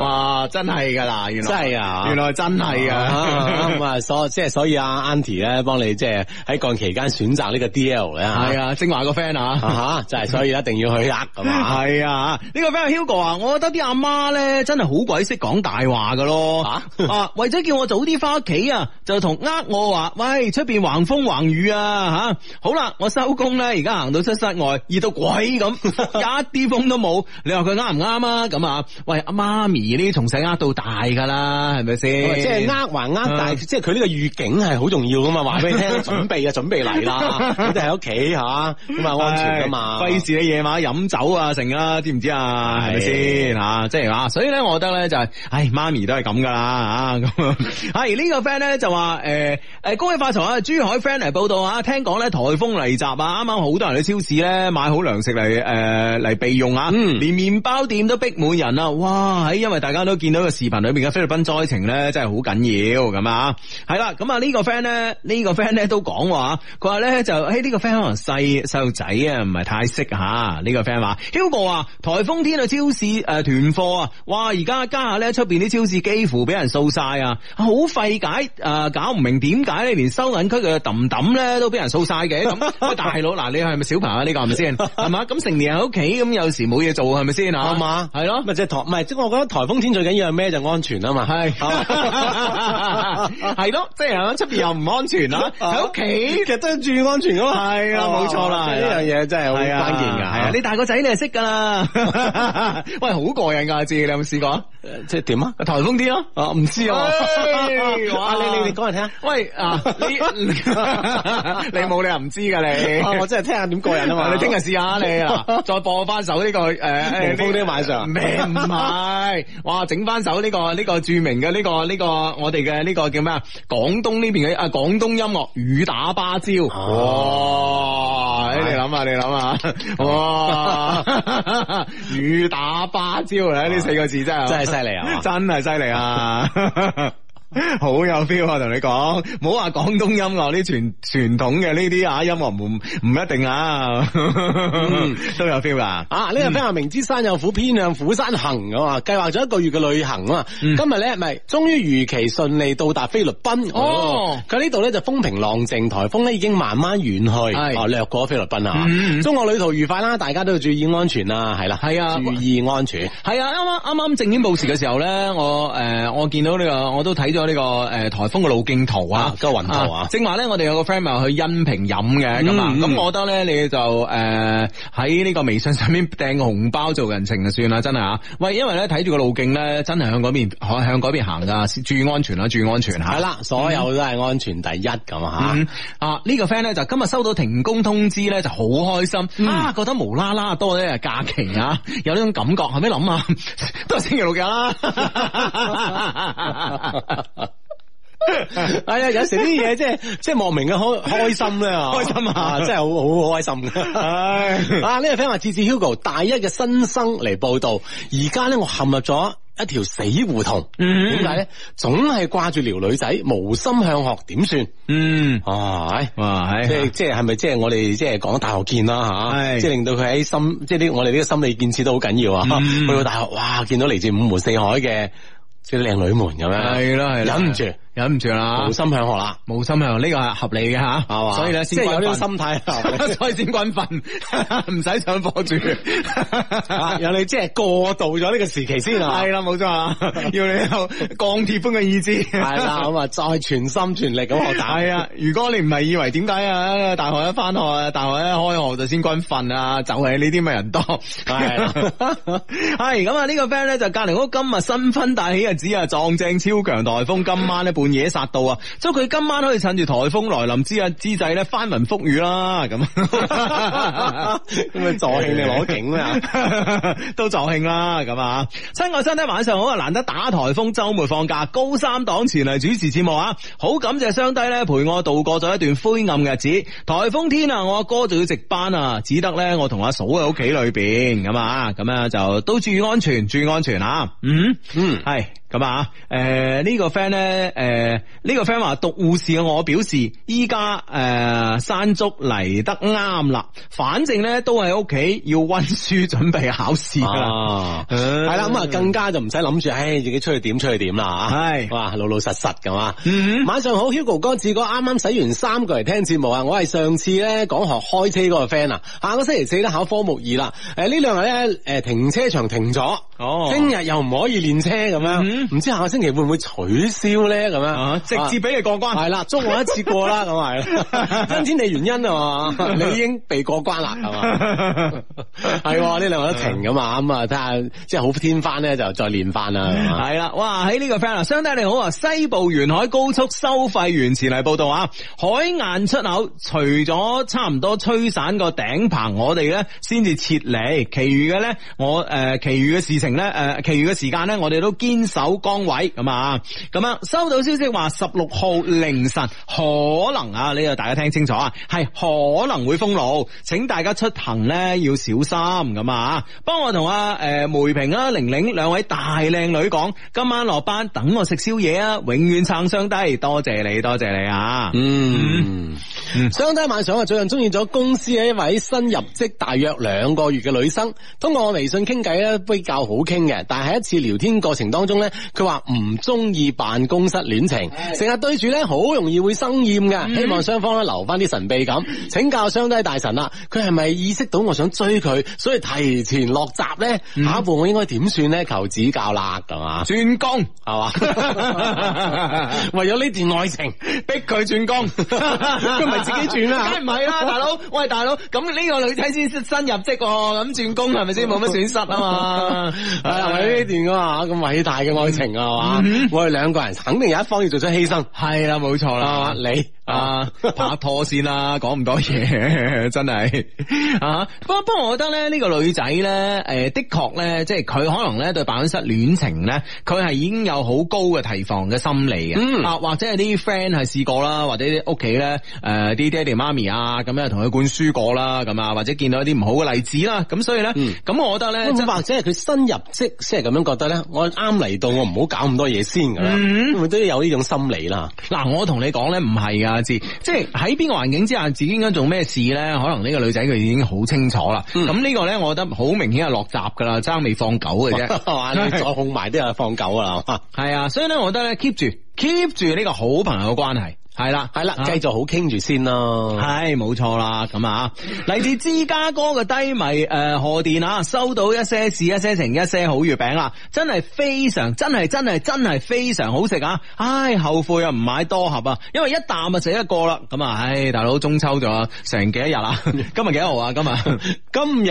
哇！真係噶啦，原來真係啊原來真係 啊啊咁。啊，所即系所以啊，Auntie 咧幫你即係喺降期間選擇呢個 D L 咧，係啊啊，正話個 friend 啊。吓，就係所以一定要去呃咁啊，系啊，呢個 friend Hugo 啊，我覺得啲阿媽咧真係好鬼識講大話噶咯。啊啊，为咗叫我早啲翻屋企啊，就同呃我話，喂，出边橫風橫雨啊，吓、好啦，我收工咧，而家行到出室外，熱到鬼 咁，一啲風都冇。你話佢啱唔啱啊？咁啊，喂，阿媽咪呢，從細呃到大㗎啦，係咪咁啊先？即係呃還呃，但係嗯即係佢呢個預警係好重要噶嘛，話俾你 聽，準備啊，準備嚟 啦，你哋喺屋企吓，咁啊安全噶嘛，唉費事你夜晚飲酒啊，成啦，知唔知啊？係咪先吓？即係啊，所以咧，我覺得咧就係，唉，媽咪都係咁噶啦啊咁 啊。係呢個 friend 咧就話誒誒，恭喜發財啊！珠海 friend 嚟報道啊，聽講咧颱風嚟襲啊，啱啱好多人去超市咧買好糧食嚟誒嚟備用啊，嗯連麵包店都逼滿人啊！哇，喺因為大家都見到個視頻裏面嘅菲律賓災情咧，真係好緊要咁啊！係啦，咁啊呢個 friend 咧，呢個 friend 咧都講話，佢話咧就誒呢個 friend 可能細細路仔啊，唔係太識吓。呢個 friend 話，Hugo 啊，颱風天去超市誒囤貨啊，哇！而家家下咧出邊啲超市幾乎俾人掃晒啊，好費解誒，搞唔明點解咧連收銀區嘅揼揼咧都俾人掃晒嘅 咁。喂大佬嗱，你係咪小朋友啊呢個係咪先？係嘛？咁成年人喺屋企咁有時冇嘢做係咪 先啊？啱嘛係咯。咪即係台，唔係即係我覺得颱風天最緊要係咩就安全啊嘛，系，嘛系咯，即系喺出边又唔安全 啦，啊喺屋企 其實都注意安 全噶嘛，係啊冇錯啦即係呢樣嘢真係好係啊關鍵㗎，係啊，你大個仔你係識㗎 啦，喂，好過癮㗎，知你有冇試過啊？即係點啊？颱風啲咯。啊，唔知啊，唉哇 啊你你你講嚟聽下。喂啊，你 你冇理由唔知㗎啊你。我真係聽下點過癮啊 嘛！你聽日試下你 啊，再播翻首呢個诶無風的晚上咩唔係？哇，整翻首呢個呢個著名嘅呢個呢個我哋嘅呢個叫咩啊？廣東呢邊嘅啊廣東音樂雨打芭蕉，啊哇！你諗下，你 諗下，哇！ 雨打芭蕉咧，呢四個字 真係真係犀利啊真係犀利啊！ 好有 feel 啊！同你講，唔好話廣東音樂呢傳傳統嘅呢啲啊音樂唔唔一定啊， 都有 feel 噶。啊！呢個 friend 話明知山有虎，偏向虎山行啊嘛，計劃咗一個月嘅旅行啊嘛。嗯今日咧，唔係終於如期順利到達菲律賓。哦佢呢度咧就風平浪靜，颱風咧已經慢慢遠去，係哦掠過菲律賓啊嗯嗯。中國旅途愉快啦，大家都要注意安全啦，係啦，係啊注意安全。係啊，啱啱啱啱正點報時嘅時候咧，我誒、呃我見到呢、個，我都睇咗呢個誒、呃、颱風嘅路徑圖啊啊，嗰個雲圖啊正話咧，我哋有個 friend 咪去恩平飲嘅咁啊，嗯咁、我覺得咧，你就誒喺呢個微信上面掟個紅包做人情就算啦，真係啊！喂，因為咧睇住個路徑咧，真係向嗰邊向向嗰邊行噶，注意安全啦，注意安全嚇。係啦，所有都係安全第一咁啊啊嗯啊，呢、個 friend 咧就今日收到停工通知咧，就好開心、嗯啊，覺得無啦啦多咗一日假期啊，有呢種感覺，後尾諗啊， 都係星期六日啦。係啊，有時啲嘢即係即係莫名嘅開開 心咧，啊開心啊真係好好好開心 唉， 啊！呢個 friend 話：志志 Hugo 大一嘅新生嚟報道，而家咧我陷入咗一條死胡同。嗯點解咧？總係掛住撩女仔，無心向學，點算？嗯，啊！唉哇，即係係即係係咪即係我哋即係講大學見啦吓，係即係令到佢喺心，即係呢我哋呢個心理建設都好緊要啊！嗯去到大學，哇，見到嚟自五湖四海嘅即係靚女們咁樣，係啦係啦，忍唔住，忍唔住啦無，心向學啦，冇心啊向呢個係合理嘅吓，係嘛？所以咧即先係有呢個軍訓心態啊。 所以先軍訓， 唔使上課住。 啊！有你即係過渡咗呢個時期 先啊，係啦，冇錯啊，要你有鋼鐵般嘅意志。系啦，咁啊，再全心全力咁學打。系啊，如果你唔係以為點解啊？大學一翻學啊，大學一開學就先軍訓啊，就係呢啲咪人多。係啊啦 係咁啊！呢個 friend 咧就隔離屋今日新婚大喜日子啊，撞正超強颱風，今晚咧半夜殺到啊！祝佢今晚可以趁住颱風來臨之啊之際咧翻雲覆雨啦 咁。咁啊，助興你攞景啊啦， 都助興啦，咁啊！親愛兄弟，晚上好啊！難得打颱風，週末放假，高三黨前嚟主持節目啊！好感謝雙低咧陪我度過咗一段灰暗嘅日子。颱風天啊，我阿哥就要值班啊，只得咧我同阿嫂喺屋企裏邊咁啊，咁啊就都注意安全，注意安全啊！嗯，嗯係咁啊，诶、呢、個 friend 咧，诶、呢、個 friend 話讀護士嘅我表示，依家诶山竹嚟得啱啦，反正咧都喺屋企要温書準備考試噶啦，啊，係系啦，咁啊更加就唔使諗住，唉，自己出去點出去點啦吓，係哇，老老實實咁啊。嗯晚上好，Hugo 哥、志哥啱啱洗完衫過嚟聽節目啊！我係上次咧講學開車嗰個 friend 啊，下個星期四咧考科目二啦。诶呢兩日咧诶停車場停咗，哦聽日又唔可以練車咁嗯樣，唔知下個星期會唔會取消咧咁啊樣？直接俾你過關。系啦，祝我一次過啦，咁啊係，因天地原因啊嘛，你已經被過關啦，係嘛？係喎，呢兩個都停噶嘛，咁啊睇下即係好天翻咧就再練翻啦，係嘛系啦，哇！喺呢個 friend 啊，相低你好啊，西部沿海高速收費員前嚟報道啊，海晏出口除咗差唔多吹散個頂棚，我哋咧先至撤離，其餘嘅咧我诶、呃其餘嘅事情咧诶、呃其餘嘅時間咧，我哋都堅守崗位咁啊，咁啊，收到消息話十六號凌晨可能啊，呢個大家聽清楚啊，係可能會封路，請大家出行咧要小心咁啊，幫我同阿诶梅平啊、玲玲兩位大靚女講，今晚落班等我食宵夜啊，永遠撐雙低，多謝你，多謝你啊！嗯，相低晚上啊，最近中意咗公司嘅一位新入職大約兩個月嘅女生，通過我微信傾偈咧比較好傾嘅，但係喺一次聊天過程當中咧，佢話唔中意辦公室戀情，成日對住咧好容易會生厭嘅，希望雙方咧留翻啲神秘感。請教相低大神啦，佢係咪意識到我想追佢，所以提前落閘咧？下一步我應該點算咧？求指教啦，咁嘛？轉工，係嘛？ 為咗呢段愛情。逼佢轉工，佢唔係自己轉啊梗唔係啦，大佬，喂，大佬，咁呢個女仔先新入職喎，咁轉工係咪先冇乜損失啊 嘛？ 系啦，哎為咗呢段啊嘛，咁偉大嘅愛情啊嘛，我哋兩個人肯定有一方要做出犧牲，系啦，冇錯啊啦，你啊，啊，拍拖先 啦，講唔多嘢， 真係啊。不過不過，我覺得咧，呢、個女仔咧，诶、的確咧，即係佢可能咧對辦公室戀情咧，佢係已經有好高嘅提防嘅心理嘅，嗯啊，或者係啲 friend 係試過啦，或者啲屋企咧，诶、啲爹哋媽咪啊，咁樣同佢灌輸過啦，咁啊，或者見到一啲唔好嘅例子啦，咁所以咧，嗯咁、我覺得咧，真咁或者係佢新入職先係咁樣覺得咧，我啱嚟到，我唔好搞咁多嘢先㗎啦，嗯會唔會都有呢種心理啦？嗱，我同你講咧，唔係噶，知即係喺邊個環境之下，自己應該做咩事咧？可能呢個女仔佢已經好清楚啦。嗯咁呢、個咧，我覺得好明顯係落閘噶啦，爭未放狗嘅 啫。係嘛，你再控埋啲啊，放狗啊啦，係啊，所以咧，我覺得咧，keep 住 keep 住呢個好朋友嘅關係，係啦，係啦，啊繼續好傾住先咯。系冇錯啦，咁啊，嚟自芝加哥嘅低迷诶贺電啊，收到一些事、一些情、一些好月餅啦，真係非常，真係真係真係非常好食啊！唉，後悔啊，唔買多盒啊，因為一啖啊食一個啦，咁啊，唉，大佬中秋咗成幾多日啊？ 今日幾多號啊？今日今日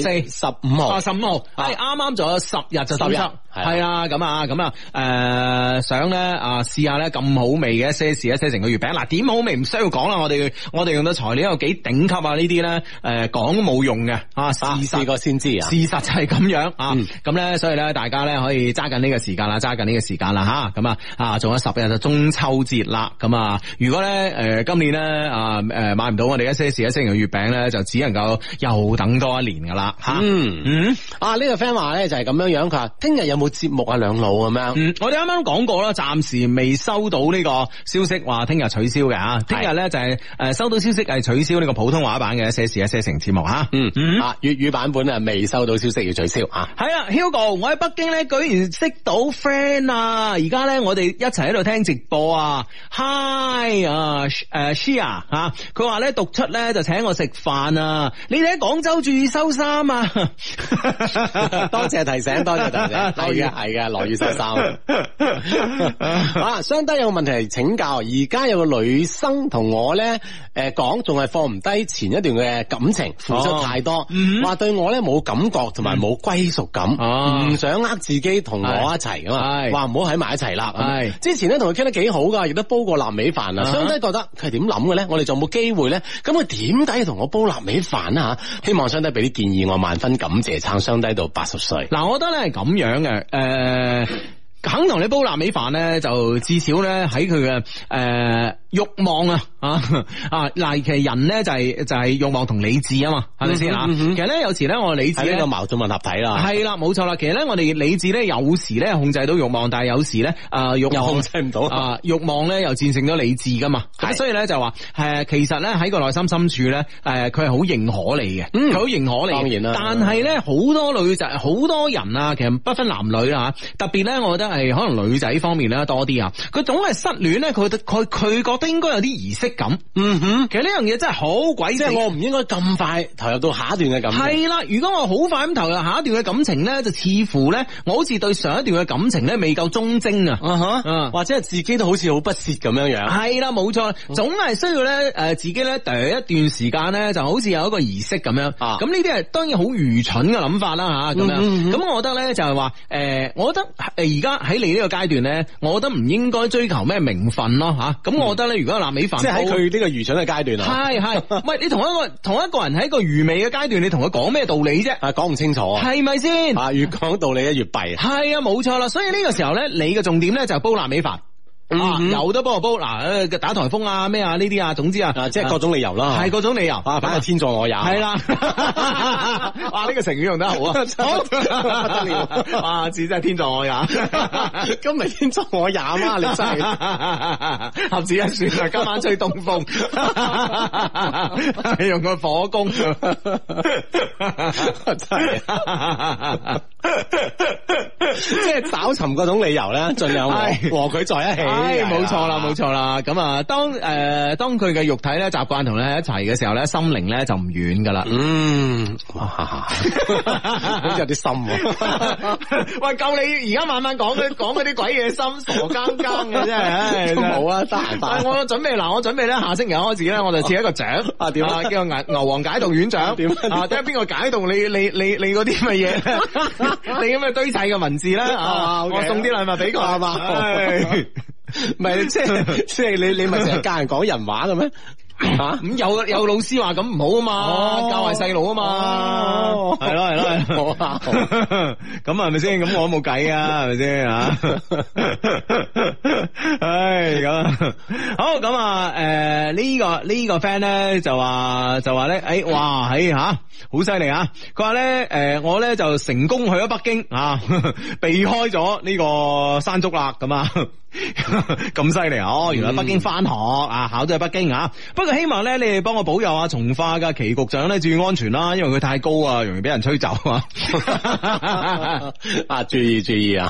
14十五號啊，，十五號，係啱啱仲有十日就哦十十日日，係係啊，咁啊，咁啊，誒想咧啊試下咧咁好味嘅一些事一些成個月餅，嗱點好味唔需要講啦，我哋我哋用嘅材料有幾頂級啊呢啲咧誒講都冇用嘅啊事啊試實。過先知啊事。實就係咁樣啊嗯，咁咧、所以咧，大家咧可以揸緊呢個時間啦，揸緊呢個時間啦吓，咁啊啊，仲有十日就中秋節啦，咁啊，如果咧诶、呃今年咧啊诶买唔到我哋一些事一些情嘅月餅咧，就只能夠又等多一年噶啦吓。嗯嗯啊，呢個 friend 話咧就係咁樣樣，佢話聽日有冇節目啊，兩老咁樣。嗯，我哋啱啱講過啦，暫時未收到呢個消息話聽日取消嘅啊。聽日咧就係呃收到消息係取消呢個普通話版嘅一些事一些情節目吓。嗯嗯啊，粵語版本啊未收到消息要取消啊。系啦，Hugo，我喺北京咧，居然識到 friend 啊！而家咧，我哋一齊喺度聽直播啊！Hi 啊，诶 Shia 吓，佢話咧讀出咧就請我食飯啊！你哋喺廣州注意收衫啊！ 多謝提醒，多謝提醒，係係嘅，係嘅，落雨收 衫。啊，相低有個問題請教，而家有個女生同我咧，诶講仲係放唔低前一段嘅感情，付出哦太多，嗯話對我咧冇感覺同埋冇歸屬感，哦唔想呃自己同我一齊噶嘛，係話唔好喺埋一齊啦。咁係之前咧同佢傾得幾好噶，亦都煲過臘味飯啊。哈相低覺得佢係點諗嘅咧？我哋仲有冇機會咧？咁佢點解要同我煲臘味飯啊？嚇希望相低俾啲建議，我萬分感謝，撐相低到八十歲。嗱，我覺得咧係咁樣嘅，誒、肯同你煲臘味飯咧，就至少咧喺佢嘅誒欲望啊 啊啊！嗱，其實人咧就係、就係、欲望同理智啊嘛，係咪先啊？嗯哼嗯哼其實咧有時咧我理智係呢咧個。矛盾混合體啦，系啦，冇錯啦。其實咧，我哋理智咧有時咧控制到欲望，但係有時咧，诶欲又望控制唔到啊，欲望咧又戰勝咗理智噶嘛。咁所以咧就話诶，誒其實咧喺個內心深處咧，诶佢係好認可你嘅，佢好認可你嘅。嗯當然啦但係咧好多女仔，好多人啊，其實不分男女啊，特別咧，我覺得係可能女仔方面咧多啲啊。佢總係失戀咧，佢佢佢覺得應該有啲儀式感。嗯哼，其實呢樣嘢真係好鬼即死係我唔應該咁快投入到下一段嘅感情。系啦，如果我好快咁投入下一段嘅感情咧，就似乎咧，我好似對上一段嘅感情咧未夠忠貞啊。啊哈，嗯或者係自己都好似好不屑咁樣樣。係啦，冇錯，嗯總係需要咧，诶、自己咧，第一段時間咧，就好似有一個儀式咁樣。啊咁呢啲係當然好愚蠢嘅諗法啦，吓咁樣。咁、嗯嗯嗯我覺得咧就係話，诶、我覺得呃诶而家喺你呢個階段咧，我覺得唔應該追求咩名分咯，吓、咁我覺得咧，如果臘味飯煲嗯即係喺佢呢個愚蠢嘅階段啊，係係，唔係你同一個同一個人喺一個愚昧嘅階段，你同佢講咩道理啫？啊講唔清楚啊，係咪先？啊越講道理咧越弊啊。系啊，冇錯啦。所以呢個時候咧，你嘅重點咧就係煲臘味飯。啊，嗯有得幫我煲嗱，誒打颱風啊，咩啊呢啲啊，總之啊，啊，即係各種理由啦，係各種理由啊，反正天助我也，系啦， 哇！呢個成語用得 好啊，好得了哇！字真係天助我 也，今日天助我也嘛，你真係係 合指一算啦，啊今晚吹東風， 用個火攻， 真係。即係找尋各種理由咧， 盡量和係和佢在一起。唉，冇錯啦，冇錯。。錯啦。咁啊，當诶当佢嘅肉體咧習慣同你一齊嘅時候咧，心靈咧就唔遠噶啦嗯，哇，好似有啲深喎， 喂，夠你而家慢慢講 佢講嗰啲鬼嘢心傻更更嘅真係唉都真係冇啊，得閒但翻係。我準備嗱，我準備咧下星期開始咧，我就設一個獎啊點啊叫做牛牛王解讀院獎點啊點啊啊，睇下邊個解讀你你你你嗰啲乜嘢， 你咁嘅堆砌嘅文字啦啊啊， ，OK 我送啲禮物俾佢啊嘛唉唔係即係即係你你咪成日教人講人話嘅咩？吓咁有有老師話咁唔好啊啊哦嘛，教壞細路啊哦嘛，係咯係咯係咯，好啊好 咁係咪先？咁我都冇計啊，係咪先啊？唉，咁啊好咁啊，誒呢個呢個 friend 咧就話就話咧，誒哇，喺嚇好犀利啊！佢話咧誒我咧就成功去咗北京啊， 避開咗呢個山竹啦，咁啊。 咁犀利啊！哦，原來北京翻學啊，考咗喺北京啊。不過希望咧，你哋幫我保佑啊，從化嘅祁局長咧注意安全啦，因為佢太高啊，容易俾人吹走啊。 啊！注意注意啊！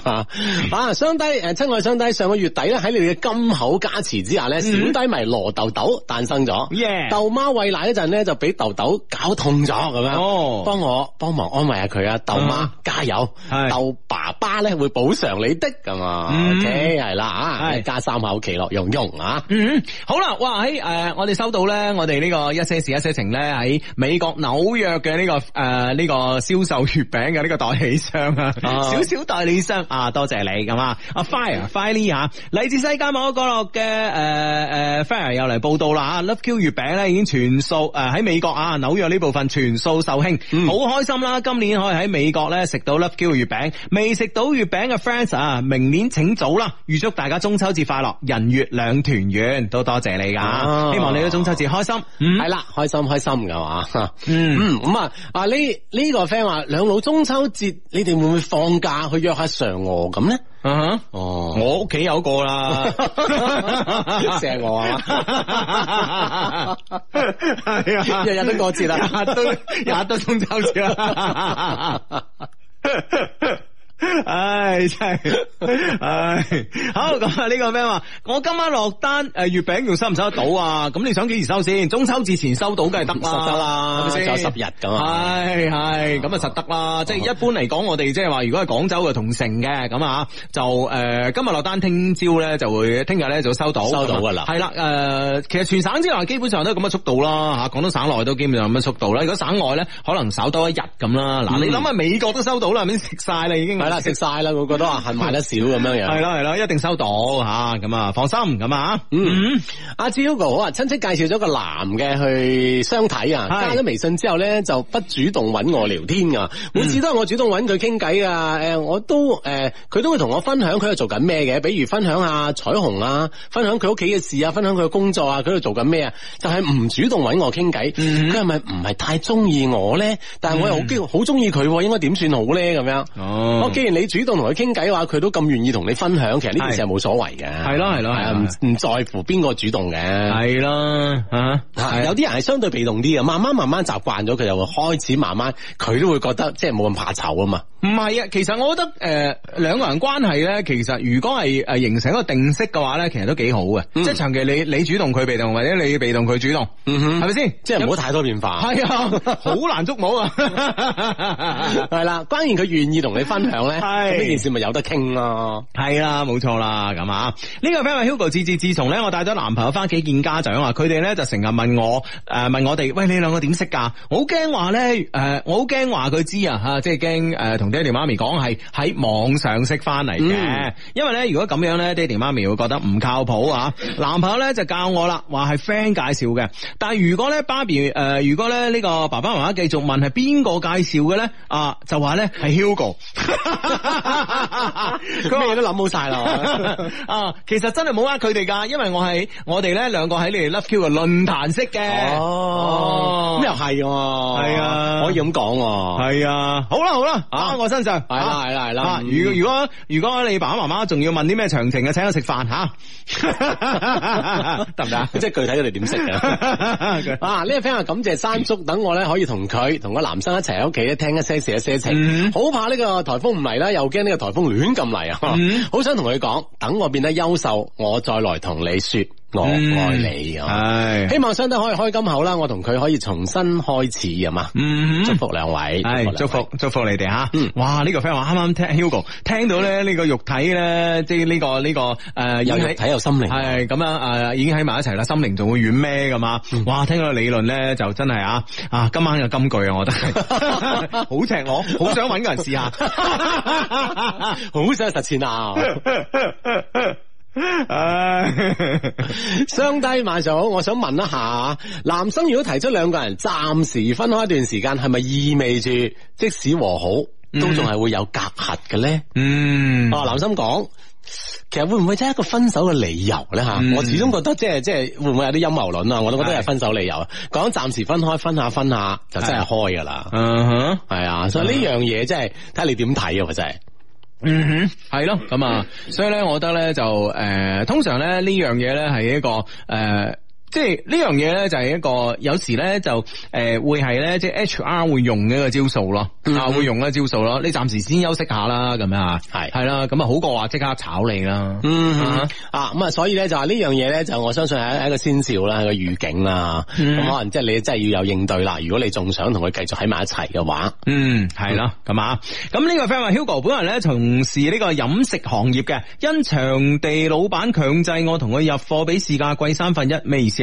啊，相低誒，親愛相低，上個月底咧喺你哋嘅金口加持之下咧，小低迷羅豆豆誕生咗。嗯 Yeah 豆媽喂奶嗰陣咧，就俾豆豆搞痛咗咁樣。哦幫我幫忙安慰下佢啊！豆媽啊加油，係豆爸爸咧會補償你的咁啊。嗯 OK，係啦啊，係一家三口其樂融融啊！嗯，好啦，哇喺誒、呃我哋收到咧，我哋呢個一些事一些情咧喺美國紐約嘅呢、個呃誒呢、個銷售月餅嘅呢個代理商啊，啊小小代理商啊，多謝你咁啊，阿 Fire Fire 嚇，嚟自世界某個角落嘅呃誒誒 Fire 又嚟報道啦嚇，Love 啊 Q 月餅咧已經全數誒喺、美國啊紐約呢部分全數售罄，好、開心啦！今年可以喺美國咧食到 Love Q 月餅，未食到月餅嘅 friends 啊，明年請早啦！預祝大家中秋節快樂，人月兩團圓，都多謝你噶，啊希望你嘅中秋節開心。嗯係啦，開心開心噶嘛。嗯。 嗯，咁啊，啊呢呢個 friend 話兩老中秋節你哋會唔會放假去約下嫦娥咁咧？啊哈哦我屋企有個啦， 錫我啊啊係啊，日日都過節啦日日都日日都中秋節啦。唉，真係，唉，好咁啊！呢個咩話？我今晚落單诶，月餅仲收唔收得到啊？咁你想幾時收先？中秋節前收到梗係得啦，實得啦係咪先仲有十日啊㗎嘛係係，咁啊實得啦。即係一般嚟講，我哋即係話，如果係廣州嘅同城嘅咁啊，就诶今日落單，聽朝咧就會，聽日咧就收到，收到㗎啦係啦，诶，其實全省之內基本上都係咁嘅速度啦，吓，廣東省內都基本上咁嘅速度啦。如果省外咧，可能稍多一日咁啦。嗱，你諗下美國都收到啦，係咪先食晒啦已經？ 係啦，食晒啦，個個都話恨買得少咁樣樣。系啦系啦，一定收到吓，咁啊放心咁啊，嗯，阿志 Hugo 好啊，親戚介紹咗個男嘅去相睇啊，係加咗微信之後咧就不主動揾我聊天噶，每次都係我主動揾佢傾偈啊，诶、我都诶，佢、都會同我分享佢喺度做緊咩嘅，比如分享下彩虹啊，分享佢屋企嘅事啊，分享佢嘅工作啊，佢喺度做緊咩啊，就係唔主動揾我傾偈，佢係咪唔係太中意我咧？但係我又好激好中意佢喎，應該點算好咧？咁樣，哦我既然你主動同佢傾偈嘅話，佢都咁願意同你分享，其實呢件事係冇所謂嘅。係咯係咯係係啊咯唔唔在乎邊個主動嘅。系啦啊吓，有有啲人係相對被動啲嘅，慢慢慢慢習慣咗，佢就會開始慢慢，佢都會覺得即係冇咁怕醜啊嘛。唔係啊？其實我覺得诶，两、兩個人關係咧，其實如果係诶形成一個定式嘅話咧，其實都幾好嘅。嗯即係長期你你主動佢被動，或者你被動佢主動，嗯哼係咪先？即係唔好太多變化。係 啊，好難捉摸啊！係啦，關鍵佢願意同你分享咧，係咁呢件事咪有得傾咯。系啦，冇錯啦，咁啊，呢、個 friend 話 Hugo 自自自從咧，我帶咗男朋友翻屋企見家長啊，佢哋咧就成日問我，誒、問我哋，喂你兩個點識㗎？我好驚話咧，誒、呃我好驚話佢知啊嚇，即係驚誒同爹哋媽咪講係喺網上識翻嚟嘅，嗯因為咧如果咁樣咧，爹哋媽咪會覺得唔靠譜啊。男朋友咧就教我啦，話係 friend 介紹嘅，但係如果咧爸比誒，如果咧呢個爸爸媽媽繼續問係邊個介紹嘅咧，啊就話咧係 Hugo。佢話咩都諗好 晒啦。啊，其實真係冇呃佢哋㗎，因為我係我哋咧兩個喺你哋 Love Q 嘅論壇識嘅。哦，咁又係喎，係啊可以咁講喎。系啊，好啦好啦，啊啊我身上系係啦係啦係啦嗯如如果如果你爸爸媽媽仲要問啲咩詳情嘅，請我食飯 吓， 得唔得啊？ 即係具體佢哋點識嘅。 啊！呢個 friend 話感謝山竹，等我咧可以同佢同個男生一齊喺屋企咧聽一些事一些情，嗯好、怕呢個颱風唔嚟啦，又驚呢個颱風亂咁嚟啊！嗯好、想同佢講，等我變得優秀，我再來同你說我嗯愛你啊！系，希望相得可以開金口啦，我同佢可以重新開始啊嘛！嗯祝福兩位，系兩祝位福祝福你哋吓嗯，哇！呢個 friend 話啱啱聽 Hugo 聽到咧呢個肉體咧，即係呢個呢呃個诶，有已經肉喺體有心 靈，系咁啊！诶、已經喺埋一齊啦，心靈仲會遠咩咁啊？哇！聽到個理論咧，就真係啊啊！今晚有金句啊，我覺得係好赤裸，好想揾個人試下。 好想實踐啊！相低晚上好，我想問一下，男生如果提出兩個人暫時分開一段時間，係咪意味住即使和好，都仲係會有隔閡嘅咧？嗯，啊，男生講，其實會唔會真係一個分手嘅理由咧？吓、嗯我始終覺得即係即係會唔會有啲陰謀論啊？我都覺得係係分手理嗯由。講暫時分開，分下分下就真係開噶啦。嗯哼。係啊，所以呢樣嘢真係睇下你點睇啊！真係。嗯哼，系咯，咁啊，所以咧，我覺得咧就诶、呃通常咧呢樣嘢咧係一個诶。呃即係呢樣嘢咧，就係一個有時咧就誒、呃、會係咧，即係 HR 會用嘅一個招數咯，啊會用嘅招數咯。你暫時先休息下啦，咁樣啊，係係啦，咁啊好過話即刻炒你啦。嗯啊啊，咁啊，所以咧就話呢樣嘢咧，就我相信係一個先兆啦，係一個預警啦。咁、嗯可能即係你真係要有應對啦。如果你仲想同佢繼續喺埋一齊 嘅話，嗯，係啦，咁啊，咁呢個 friend 話 Hugo 本人咧從事呢個飲食行業嘅，因場地老闆強制我同佢入貨比市價貴三分一，咩意思啊？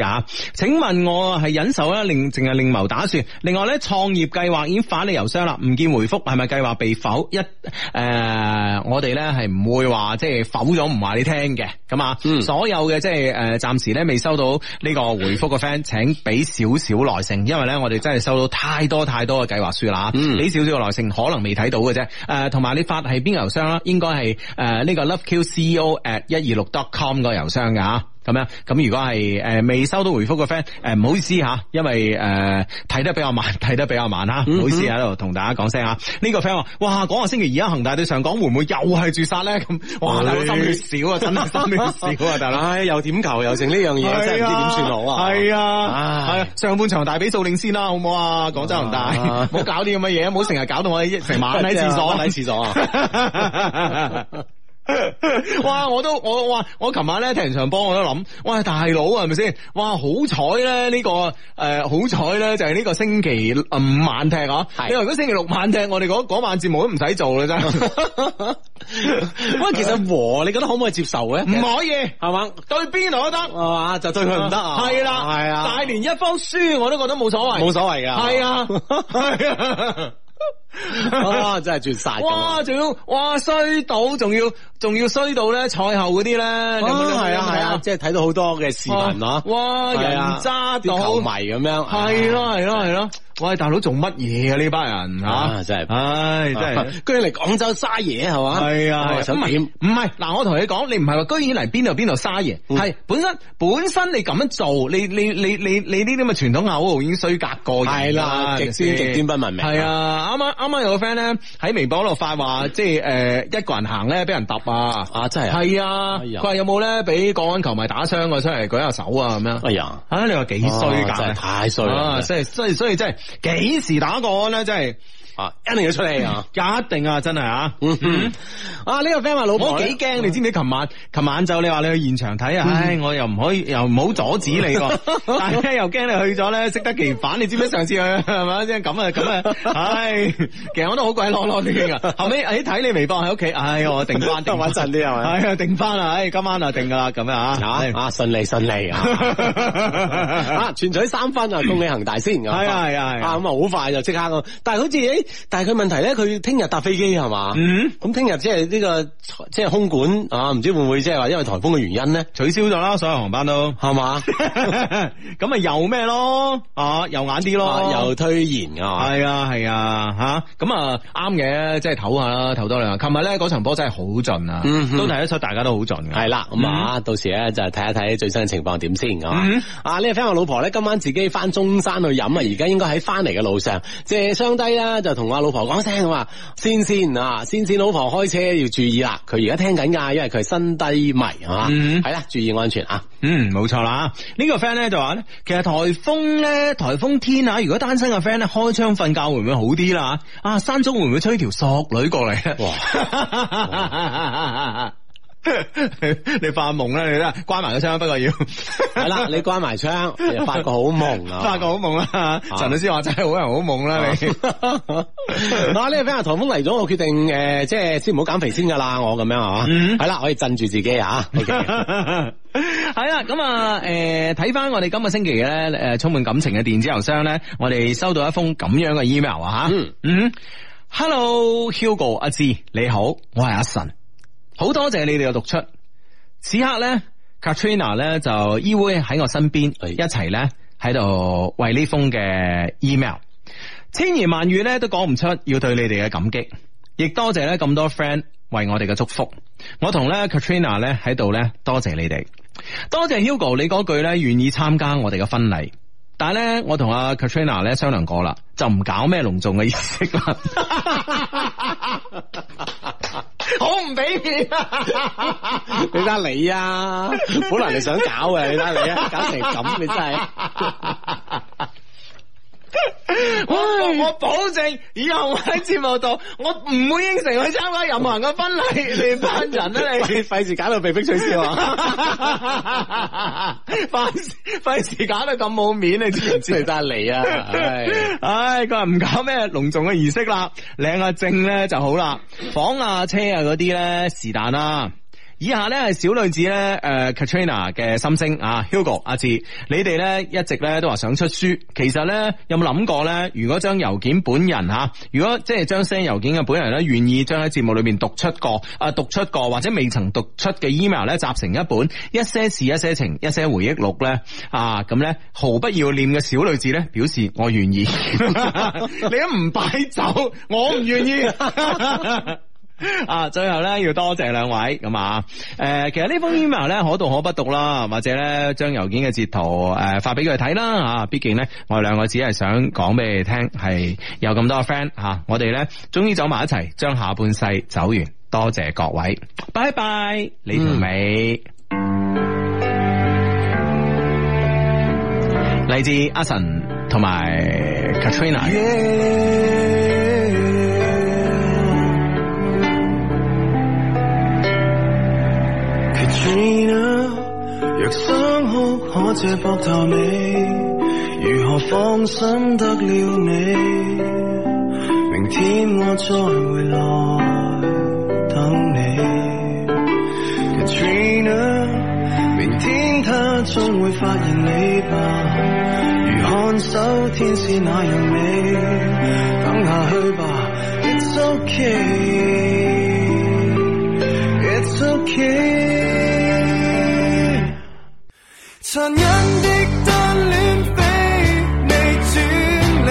請問我係忍受啦，另淨係另謀打算。另外咧，創業計劃已經發你郵箱啦，唔見回覆，係咪計劃被否？一誒、呃我哋咧係唔會話即係否咗唔話你聽嘅，咁啊，嗯所有嘅即係誒暫時咧未收到呢個回覆嘅 friend，請俾少少耐性，因為咧我哋真係收到太多太多嘅計劃書啦，嗯俾少少嘅耐性，可能未睇到嘅啫。誒、呃同埋你發係邊個郵箱啦？應該係誒呢個 loveqceo at 一二六 dot com 個郵箱㗎嚇咁樣，咁如果係誒未收到回覆嘅 friend，誒唔呃好意思嚇，因為誒呃睇、得比較慢， 睇得比較慢嚇，唔好意思喺度同大家講聲嚇。啊呢、個 friend 話：，哇，講下星期二啊，恒大對上港會唔會又係絕殺咧？咁，哇，大佬心血少啊，真係心血 少啊，大佬。唉，又點球又剩呢樣嘢，真係唔知點算好啊！系哎啊，唉系啊，上半場大比數領先啦，好唔好啊？廣州恒大，啊唔好搞啲咁嘅嘢，唔好成日搞到我 一成晚喺廁所喺廁所啊！ 哇！我都我哇！我琴晚咧踢完場波，我都諗，哇大佬係咪先？哇好彩咧呢個誒、呃好彩咧就係呢個星期五晚踢啊！係你話如果星期六晚踢，我哋嗰嗰晚節目都唔使做啦，真係 喂，其實和你覺得可唔可以接受嘅？唔可以嗯係嘛？對邊度都得。係嘛？就對佢唔得啊！ 係啦，係啊，大連一方輸我都覺得冇所謂，冇所謂㗎。係啊，係啊。哇，真系绝晒哎 咁。啊哇，仲要哇衰到，仲要仲要衰到咧，賽後嗰啲咧，你有冇你有冇啊係睇係即係睇到好多嘅視頻啊，啊哇係人啊渣啲球迷到。咁樣，係咯係咯係咯，喂大佬做乜嘢啊呢班人啊吓？真係唉真係。居然嚟廣州嘥嘢係嘛？啊系啊，哦想唔係點？唔係嗱，我同你講，你唔係話居然嚟邊度邊度嘥嘢，嗯係本身本身你咁樣做，你你你你你呢啲咁嘅傳統口號已經衰格過人係啦係咪極先端極端不文明係啊，啱啱啱啱有個 friend 咧喺微博嗰度發話，即係诶一個人行咧俾人揼啊，啊，真係啊，係啊，哎呀佢話有冇咧俾港安球迷打傷啊？出嚟舉下手啊咁樣。哎呀，啊！你話幾衰啊格真係太衰啦啊！！即係所以所以真係幾時打過安咧？真係啊，一定要出嗯嚟啊！一定啊！真係啊！嗯哼啊，呢個 friend 話老我婆嗯幾驚，你知唔知？琴晚琴晚就你話你去現場睇啊，唉，我又唔可以，又唔好阻止你喎， 但係咧又驚你去咗咧，適得其反。你知唔知上次去係咪即係咁啊 咁啊，唉，其實我都好鬼攞攞亂噶。後尾唉睇你微博喺屋企，唉，我定翻 定翻穩陣啲 係咪係啊，定翻啦，唉，今晚啊定噶啦，咁啊 啊嚇。啊，順利順利啊！啊，全取三分啊，恭喜恒大先咁。 係嗯啊係啊係啊啊，咁啊好快就即刻咁。但係好似誒，但係佢問題咧，佢聽日搭飛機係嘛？嗯，咁聽日即係呢個即係空管啊，唔知會唔會即係話因為颱風嘅原因咧，取消咗啦，所有航班都 係嘛？咁咪又咩咯？啊，又眼啲啊咯，又推延啊，系啊系啊吓，咁啊啱嘅，即係唞下啦，唞多兩下。琴日咧嗰場波真係好盡啊，嗯哼都睇得出大家都好盡嘅。係啦，咁啊，到時咧就睇一睇最新嘅情況點先咁啊嗯。啊，呢個 friend 話老婆咧今晚自己翻中山去飲啊，而家應該喺翻嚟嘅路上，借雙低啦，就同我老婆講聲話，先先啊，先先老婆開車要注意啦，佢而家聽緊㗎，因為佢係新低迷係嘛，嗯係啦，注意安全啊。嗯，冇錯啦。呢、個 friend 咧就話咧，其實颱風咧，颱風天啊，如果單身嘅 friend 咧開窗瞓覺會唔會好啲啦？啊，山竹會唔會吹條索女過嚟啊咧？哇！ 你發夢啦，你啦，關埋個窗，不過要係啦，你關埋窗，你就發個好夢 啊！發個好夢啦。陳老師話真係好人好夢啦，你。啊！呢個 friend 話颱風嚟咗，我決定誒、呃即係先唔好減肥先噶啦，我咁樣啊，嗯係啦、可以鎮住自己啊。OK， 系啦，咁啊，诶，睇翻我哋今個星期咧，诶，充滿感情嘅電子郵箱咧，我哋收到一封咁樣嘅 email 啊，吓，嗯嗯，Hello Hugo 阿志，你好，我係阿神，好多謝你哋嘅讀出，此刻咧，Katrina 咧就依偎喺我身邊，係一齊咧喺度為呢封嘅 email，千言萬語咧都講唔出要對你哋嘅感激，亦多謝咧咁多 friend 為我哋嘅祝福。我同咧 Katrina 咧喺度咧，多謝你哋，多謝 Hugo 你嗰句咧願意參加我哋嘅婚禮。但係咧，我同阿 Katrina 咧商量過啦，就唔搞咩隆重嘅儀式 啦。好唔俾面啊！你得你啊，本來你想搞嘅，你得你啊，搞成咁你真係我我保證以後我喺節目度，我唔會應承去參加任何人嘅婚禮。你班人啊你！你 費事搞到被逼取消啊！ 费事费事搞到咁冇面，你知唔你知？得你啊，唉唉，佢話唔搞咩隆重嘅儀式啦，領下證咧就好啦，房啊車啊嗰啲咧是但啦。以下咧係小女子咧，誒、Katrina 嘅心聲啊，Hugo 阿志，你哋咧一直咧都話想出書，其實咧有冇諗過咧？如果將郵件本人嚇、如果即係將 send 郵件嘅本人咧，願意將喺節目裏面讀出過啊讀出過或者未曾讀出嘅 email 咧，集成一本一些事、一些情、一些回憶錄咧啊，咁咧毫不要臉嘅小女子咧表示我願意，你都唔擺酒，我唔願意。 啊，最後咧要多謝兩位咁啊，诶、其實呢封 email 咧可讀可不讀啦，或者咧將郵件嘅截圖诶、發俾佢睇啦啊，毕竟咧我哋兩個只係想講俾你聽，係有咁多 friend 吓、啊我哋咧終於走埋一齊，將下半世走完，多謝各位，拜拜，你條尾。嚟自阿神同埋 Katrina 嘅。 Katrina，若想哭可借膊頭你，如何放心得了你？明天我再回來等你。Katrina，明天他終會發現你吧，如看手貼天使那樣美，等下去吧，It's okay，It's okay。殘忍的單戀比你轉離，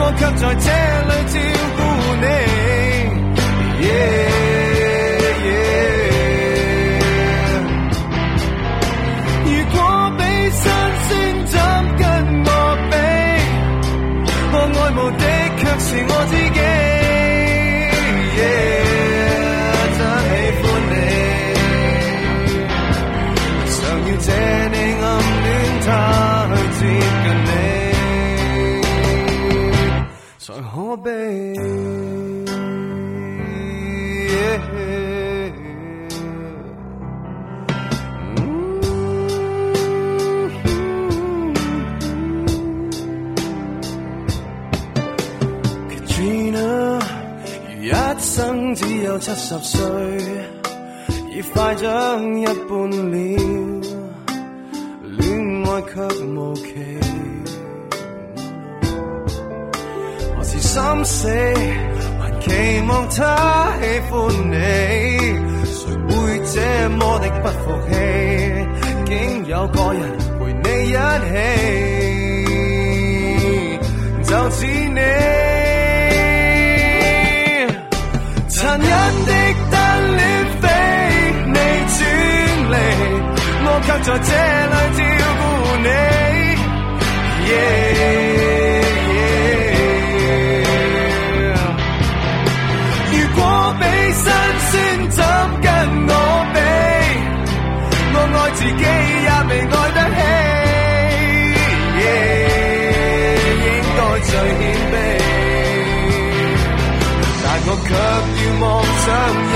我卻在這裏照顧你。Yeah, yeah. 如果比新鮮斬跟我比，我愛慕的卻是我自己。Yeah, 真喜歡你。常要借你暗戀他去接近你，才可悲。Katrina，如一生只有七十歲。已快長一半了，戀愛卻無期。何時心死，還期望他喜歡你？誰會這麼的不服氣？竟有個人陪你一起，就似你。殘忍的單戀比你轉離，我卻在這裏照顧你。Yeah, yeah. 如果比新鮮怎跟我比？我愛自己也未愛得起。Yeah, 應該最謙卑。但我卻要妄想一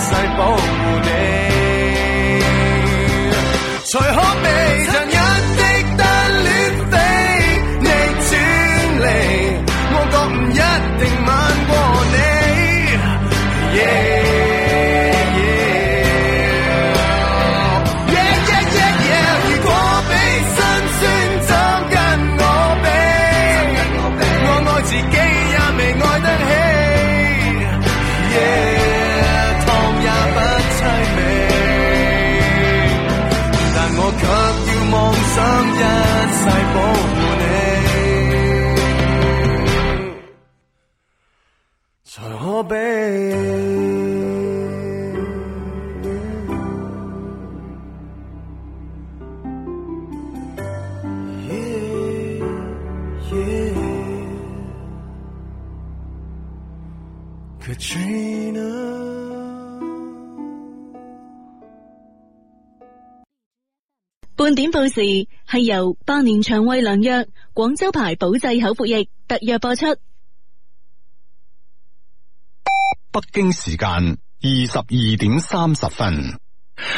世保護你，才可被殘忍的單戀非你轉離，我覺唔一定慢過你。Yeah, yeah, yeah, yeah, yeah. 如果比新鮮怎跟我比？我愛自己也未愛得起，夜湯也不悽美，但我卻要妄想一世保護你，才可悲。Yeah, yeah. Katrina. 半點報時係由百年腸胃良藥廣州牌保濟口服液特約播出。北京時間二十二點三十分。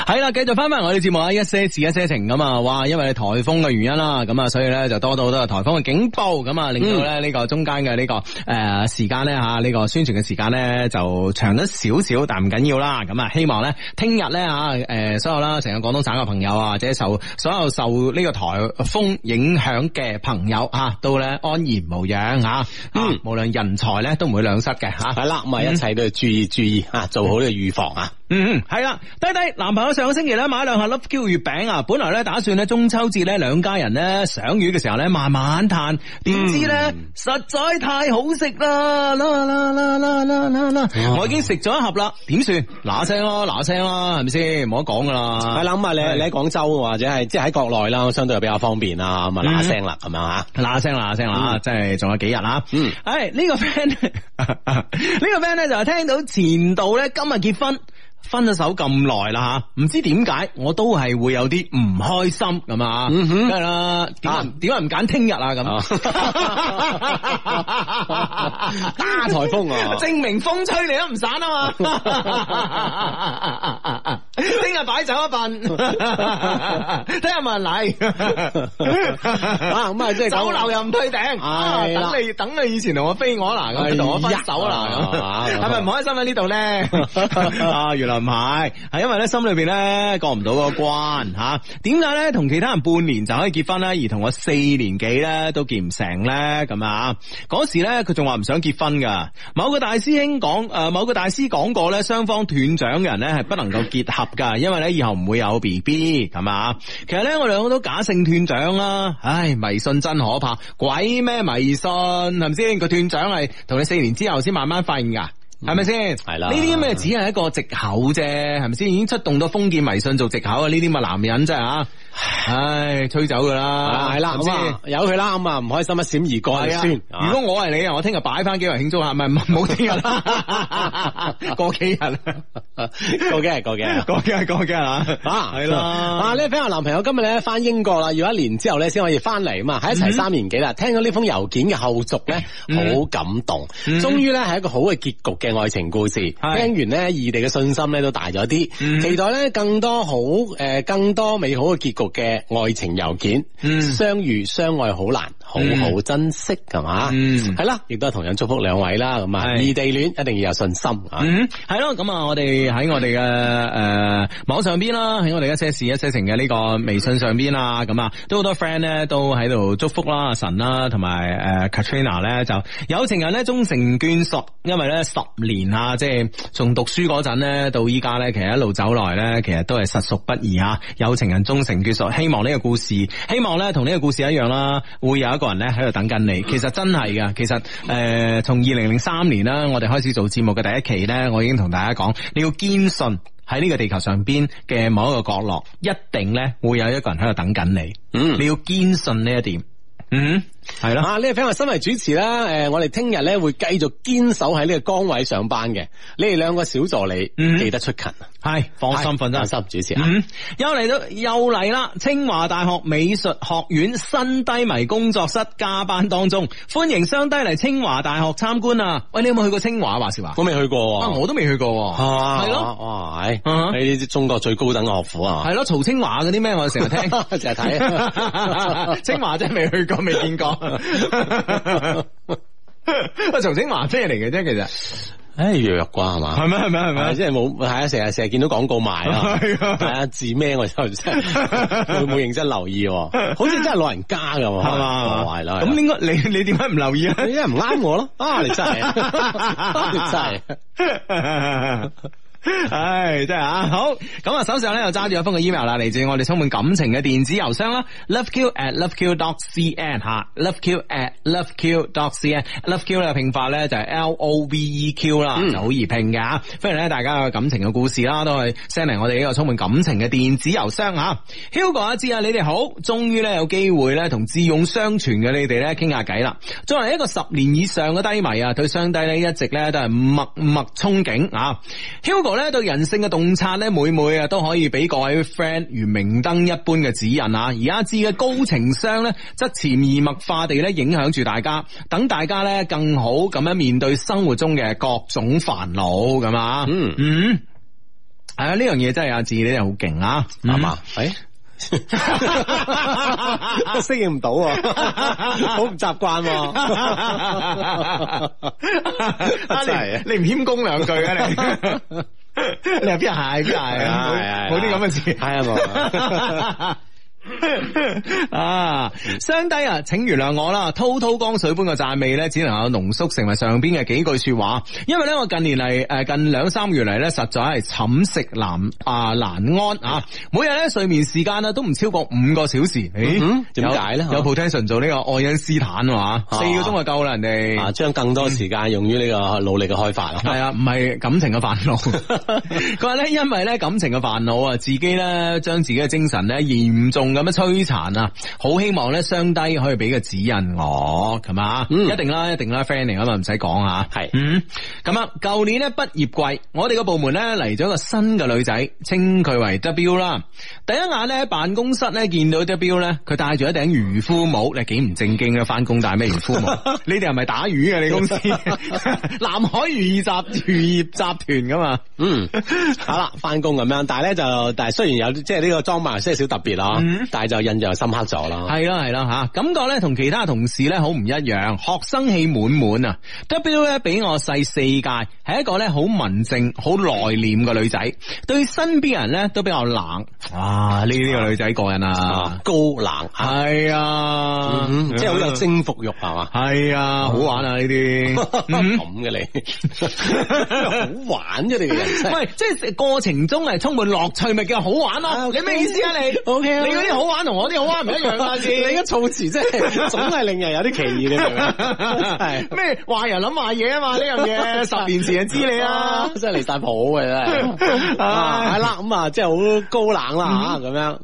係啦，繼續翻翻我哋節目啊，一些事一些情咁啊，哇！因為台風嘅原因啦，咁啊，所以咧就多到好多台風嘅警報，咁啊，令到咧呢個中間嘅呢個誒時間咧吓，呢個呃宣傳嘅時間咧就長咗少少，但唔緊要啦。咁啊，希望咧聽日咧吓誒所有啦，成個廣東省嘅朋友啊，或者受所有受呢個台風影響嘅朋友啊，都咧安然無恙吓。嗯，無論人才咧都唔會兩失嘅吓。 係啦，咁啊一切都要注意注意啊，做好呢個預防啊。嗯嗯，係啦，低低男朋友上個星期咧買兩盒 Love Q 月餅啊，本來咧打算咧中秋節咧兩家人咧賞月嘅時候咧慢慢嘆，點知咧實在太好食啦啦啦啦啦啦啦啦！我已經食咗一盒啦，點算？嗱聲咯，嗱聲啦，係咪先？冇得講噶啦。係啦，咁啊，你你喺廣州或者係即係喺國內啦，相對係比較方便啦，嗯咁啊嗱聲啦，咁樣啊。嗱聲嗱聲啦，真係仲有幾日啦。嗯，唉，呢個 friend 呢個 friend 咧就係聽到前度咧今日結婚。分咗手咁耐啦吓，唔知點解我都係會有啲唔開心咁啊，梗係啦，點解點解唔揀聽日啊咁？打颱風啊證明風吹你都唔散啊嘛。聽日擺酒一份， 聽日冇人嚟。啊咁啊，即係酒講樓又唔退訂，啊係啦等你等你以前同我飛我嗱哎呀咁，同我分手啦啊咁，係咪唔開心喺呢度咧？ 啊，原來唔係，係因為咧心裏邊咧過唔到嗰個關吓。點解咧同其他人半年就可以結婚啦，而同我四年幾咧都結唔成咧咁啊？嗰時咧佢仲話唔想結婚噶，某個大師兄講誒，某個大師講過咧，雙方斷掌嘅人咧係不能夠結合噶，因為咧以後唔會有 B B 咁啊。其實咧我兩個都假性斷掌啦，唉，迷信真可怕，鬼咩迷信係咪先？個斷掌係同你四年之後先慢慢發現噶。嗯係咪先？係啦呢啲咩只係一個藉口啫，係咪先？已經出動到封建迷信做藉口啊！呢啲咪男人真係啊，唉，吹走噶啦，係啦，係咪咁先啊？由佢啦，咁啊唔開心一閃而過係就啊算。啊如果我係你啊，我聽日擺翻幾圍慶祝下，咪唔好聽日 啦，過幾日啦，過幾日過幾日過幾日，過幾日啦， 啊，係啦，啊呢位 friend 話男朋友今日咧翻英國啦，要一年之後咧先可以翻嚟啊嘛，喺一嗯齊三年幾啦，聽到呢封郵件嘅後續咧，好感動，終於咧係一個好嘅結局嘅愛情故事。聽嗯係完咧異地嘅信心咧都大咗啲，嗯期待咧更多好誒更多美好嘅結局嘅愛情郵件，嗯相遇相愛好難，好好珍惜係嘛，嗯係啦，亦都係同樣祝福兩位啦，咁啊係異地戀一定要有信心啊。嗯，系咯，咁啊，我哋喺我哋嘅诶网上边啦，喺我哋一些事一些情嘅呢個微信上邊啦，咁啊，都好多 friend 咧都喺度祝福啦，神啦，同埋诶 Katrina 咧就有情人咧終成眷屬，因為咧十年啊，即係從讀書嗰陣咧到依家咧，其實一路走來咧，其實都係實屬不易啊，有情人終成眷屬，希望呢個故事，希望咧同呢個故事一樣啦，會有一個人咧喺度等緊你，其實真係噶，其實誒從二零零三年啦，我哋開始做節目嘅第一期咧，我已經同大家講，你要堅信。喺呢個地球上邊嘅某一個角落，一定咧會有一個人喺度等緊你。嗯你要堅信呢一點。嗯，係咯。啊！呢位 friend 話身為主持啦，誒，我哋聽日咧會繼續堅守喺呢個崗位上班嘅。你哋兩個小助理嗯記得出勤啊！係，放心，瞓放心。心，主持啊！嗯，又嚟到又嚟啦！清華大學美術學院新低迷工作室加班當中，歡迎雙低嚟清華大學參觀啊！喂，你有冇去過清華啊華少華？我未去過喎，啊，我都未去過係喎，嘛係咯，哇！係嗯喺中國最高等嘅學府啊！係咯，曹清華嗰啲咩，我成日 聽。 成日睇清華真係未去過，未見過。 喂，曹清華咩嚟嘅啫？其實誒弱啩係嘛？係咩？係咩？係係即係冇，係啊！成日成日見到廣告賣 啊，係啊係啊，字咩我就唔知， 冇冇認真留意喎，好似真係老人家㗎喎，哦哦係嘛？係啦，係啦咁應該你你點解唔留意啊？你真係唔啱我咯，啊！你真係， 你真係。唉，真係啊，好咁啊，手上咧又揸住一封嘅 email 啦，嚟自我哋充滿感情嘅電子郵箱啦，loveq at loveq dot cn 吓，loveq at loveq dot cn，loveq 咧拼法咧就係 L O V E Q 啦，就好易拼嘅吓。歡迎咧大家有感情嘅故事啦，都係 send 嚟我哋呢個充滿感情嘅電子郵箱吓。Hugo 阿志啊，你哋好，終於咧有機會咧同智勇相傳嘅你哋咧傾下偈啦。作為一個十年以上嘅低迷啊，對相低咧一直咧都係默默憧憬啊。Hugo 咧對人性嘅洞察咧，每每啊都可以俾各位 friend 如明燈一般嘅指引啊。而阿志嘅高情商咧，則潛移默化地咧影響住大家，等大家咧更好咁樣面對生活中嘅各種煩惱咁啊。嗯嗯。係啊，呢樣嘢真係阿志，你真係好勁啊，係嘛？诶，哎 適應唔到喎，好唔習慣喎。啊 真係啊 你你唔谦恭兩句啊你？ 你係邊係邊係啊？冇冇啲咁嘅事。係啊冇。 啊，相低啊，請原諒我啦，滔滔江水般嘅讚美咧，只能夠濃縮成為上邊嘅幾句說話。因為咧，我近年嚟誒近兩三個月嚟咧，實在係寢食難啊難安啊，每日咧睡眠時間咧都唔超過五個小時。嗯哼誒點解咧有有 potential 做呢個愛因斯坦啊嘛，四啊個鐘就夠啦，人哋 啊，將更多時間用於呢個努力嘅開發系啊。啊，唔係感情嘅煩惱。佢話咧，因為咧感情嘅煩惱啊，自己咧將自己嘅精神咧嚴重咁咁樣摧殘啊！好希望咧雙低可以俾個指引我，咁啊，嗯一定啦，一定啦，friend 嚟啊嘛，唔使講啊，係嗯，咁啊，舊年咧畢業季，我哋個部門咧嚟咗個新嘅女仔，稱佢為 W 啦。第一眼咧喺辦公室咧見到 W 咧，佢戴住一頂漁夫帽，你幾唔正經嘅翻工戴咩漁夫帽？你哋係咪打魚啊嘅？你公司 南海漁業集漁業集團噶嘛？嗯，好啦，翻工咁樣，但係咧就，但係雖然有啲即係呢個裝扮有些少特別啊，但係就印象深刻咗啦。系啦系啦吓，感覺咧同其他同事咧好唔一樣，學生氣滿滿啊！W 咧比我細四屆，係一個咧好文靜、好內斂嘅女仔，對身邊人咧都比較冷。哇！呢啲個女仔過癮啊啊！，高冷啊，係啊嗯即係好有征服欲係嘛？係啊，好玩啊呢 啲。嗯咁嘅你， 好玩啫你個人真係。喂，即係過程中係充滿樂趣，咪叫好玩啊咯？ ，OK 你咩意思啊你 OK 啊你嗰啲好玩同我啲好玩唔一 樣啊！先你嘅措辭真係 總係令人有啲歧義，你明唔 明？係 咩壞人諗壞嘢啊嘛？呢樣嘢 十年前就知你 啦。真係離晒啊譜嘅真 係。唉啊係啦，咁啊，即係好高冷嗯啦啊嚇咁樣。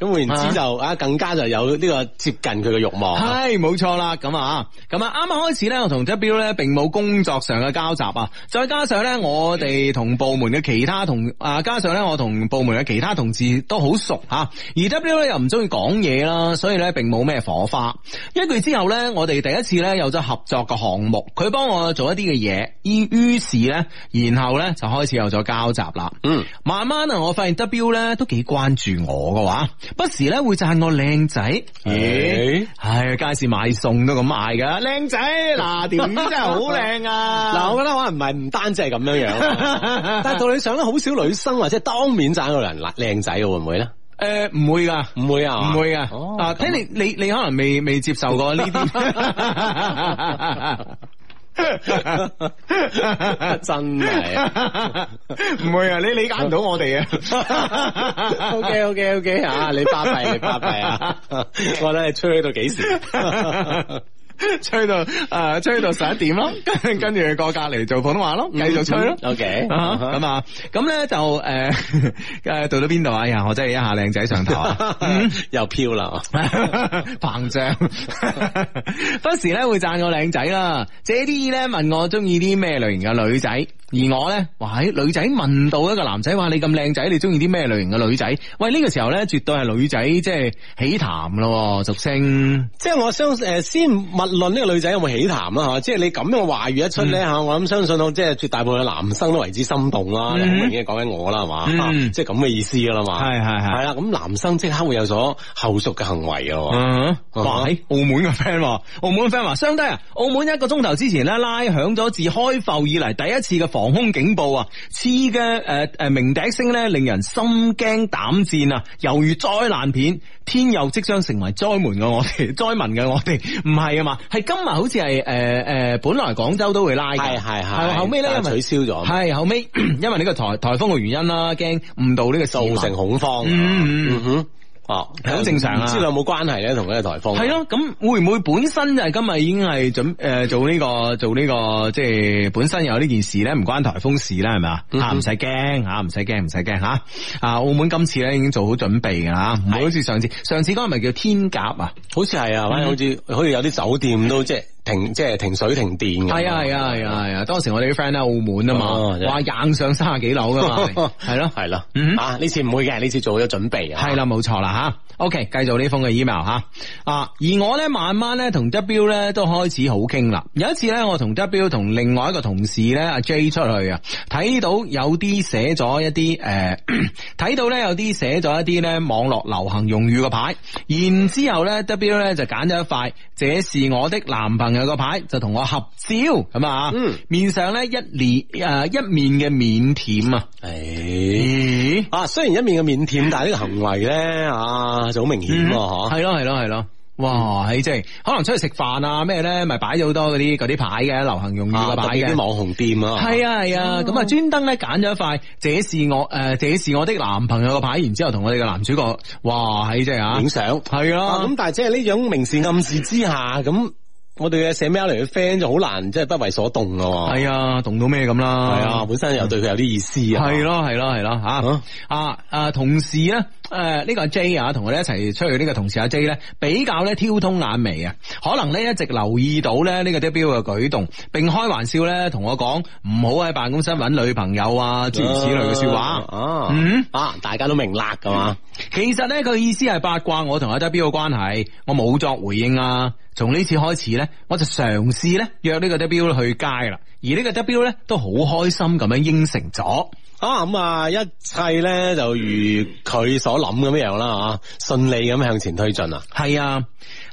咁換言之就啊，更加就有呢個接近佢嘅欲望啊。系冇錯啦，咁啊，咁啊，啱啱開始咧，我同 W 咧並冇工作上嘅交集啊，再加上咧，我哋同部門嘅其他同啊，加上咧，我同部門嘅其他同事都好熟吓，而 W 咧又唔中意講嘢啦，所以咧並冇咩火花。一個月之後咧，我哋第一次咧有咗合作嘅項目，佢幫我做一啲嘅嘢，於於是咧，然後咧就開始有咗交集啦。嗯，慢慢啊，我發現 W 咧都幾關注我嘅話，不時咧會讚我靚仔。咦唉，街市買餸都咁賣噶，靚仔 嗱條魚真係好靚啊！嗱，我覺得可能唔係唔單止係咁樣 樣，但係道理上咧，好少女生或者當面讚個人靚仔嘅，會唔會咧？誒呃唔會㗎。唔會唔啊，會啊！哦啊，睇你你你可能未未接受過呢啲， 真 係啊。 唔會啊！你理解唔到我哋 啊 O K O K O K 啊，你巴閉你巴 閉啊！我覺得你吹到幾時？吹到诶、呃吹到十一點咯，跟跟住過隔離做普通話咯，繼 續吹咯。 O K，啊咁啊，咁咧就 诶诶，到到邊度啊？哎呀，我真係一下靚仔上頭 啊！嗯又飄啦，哦膨脹， 不時咧會讚我靚仔啦，借啲意咧問我中意啲咩類型嘅女仔，而我咧，哇！女仔問到一個男仔話你咁靚仔，你中意啲咩類型嘅女仔？喂，呢、個時候咧，絕對係女仔即係起談咯，俗稱。即係我相誒先勿論呢個女仔有冇起談啦嚇，即係你咁樣嘅話語一出嗯咧嚇，我諗相信到即係絕大部分嘅男生都為之心動啦，你好明顯係講緊我啦係嘛嗯，即係咁嘅意思㗎啦嘛，係係係係啦，咁男生即刻會有所後續嘅行為㗎喎，嗯，哇！啊喺澳門嘅 friend，喎澳門嘅 friend 話，相低啊！澳門一個鐘頭之前咧，拉響咗自開埠以嚟第一次嘅防空警報啊！刺嘅呃誒誒鳴笛聲咧，令人心驚膽戰啊！猶如災難片，天佑即將成為災門嘅我哋， 災民嘅我哋，唔係啊嘛，係今日好似係誒誒，呃本來廣州都會拉嘅，係係係，係後尾咧因但係為取消咗，係後尾因為呢個颱颱風嘅原因啦，驚誤導呢個造造成恐慌，嗯嗯嗯嗯哼，哦，係好正常啊唔知道有冇關係咧同呢個颱風，啊系咯，咁會唔會本身就係今日已經係準诶、呃做呢、個做呢、個即係本身有呢件事咧，唔關颱風事啦，係咪啊？嗯啊，唔使驚吓，唔使驚，唔使驚吓。啊，澳門今次咧已經做好準備噶啦，唔好好似上次，上次嗰個咪叫天鴿啊？好似係啊，反正好似好似有啲酒店都即係停即係停水停電咁。係啊係啊係啊係啊！當時我哋啲 friend 喺澳門啊哦嘛，真係哇硬上三十幾樓噶 嘛，係咯。係啦嗯，啊呢次唔會嘅，呢次做咗準備啊。係啦，冇錯啦吓。OK，繼續呢封嘅 email 吓。啊，而我咧慢慢咧同 W 咧都開始好傾啦。有一次咧，我同 W 同另外一個同事咧阿 J 出去啊，睇到有啲寫咗一啲誒， 睇、到咧有啲寫咗一啲咧網絡流行用語嘅牌，然之後咧 W 咧就揀咗一塊，這是我的男朋友嘅牌，就同我合照咁啊。嗯，面上咧一臉誒、一面嘅腼腆啊。誒咦？啊，雖然一面嘅腼腆，但係呢個行為咧啊嗯就好明顯喎，嗬。嗯系咯系咯系咯。哇！喺即系可能出去食飯啊咩咧，咪擺咗好多嗰啲嗰啲牌嘅，流行用語啊嘅特牌別嘅啲。網紅店啊，係啊係啊，咁啊專登咧揀咗一塊，這是我诶、呃這是我的男朋友嘅牌，然之后同我哋嘅男主角，哇！喺即係啊影，相。係啊啊咁，但係即係呢種明示暗示之下，咁我哋嘅寫 mail 嚟嘅 friend 就好難，即係不為所動咯。係啊，凍到咩咁啦？係啊，本身又對佢有啲意思啊。係咯係咯係咯啊吓啊啊！同事咧，誒呢個阿 J 啊，同佢哋一齊出去呢個同事阿 J 咧，比較咧挑通眼眉啊，可能咧一直留意到咧呢個 W 嘅舉動，並開玩笑咧同我講唔好喺辦公室揾女朋友啊，諸如此類嘅説話。啊，嗯啊，大家都明啊辣噶嘛，其實咧，佢意思係八卦我同阿 W 嘅關係，我冇作回應啊。從呢次開始咧，我就嘗試咧約呢個 W 去街啦，而呢個 W 咧都好開心咁樣應承咗。啊咁啊，一切咧就如佢所諗咁樣啦，吓順利咁向前推進啊，係啊，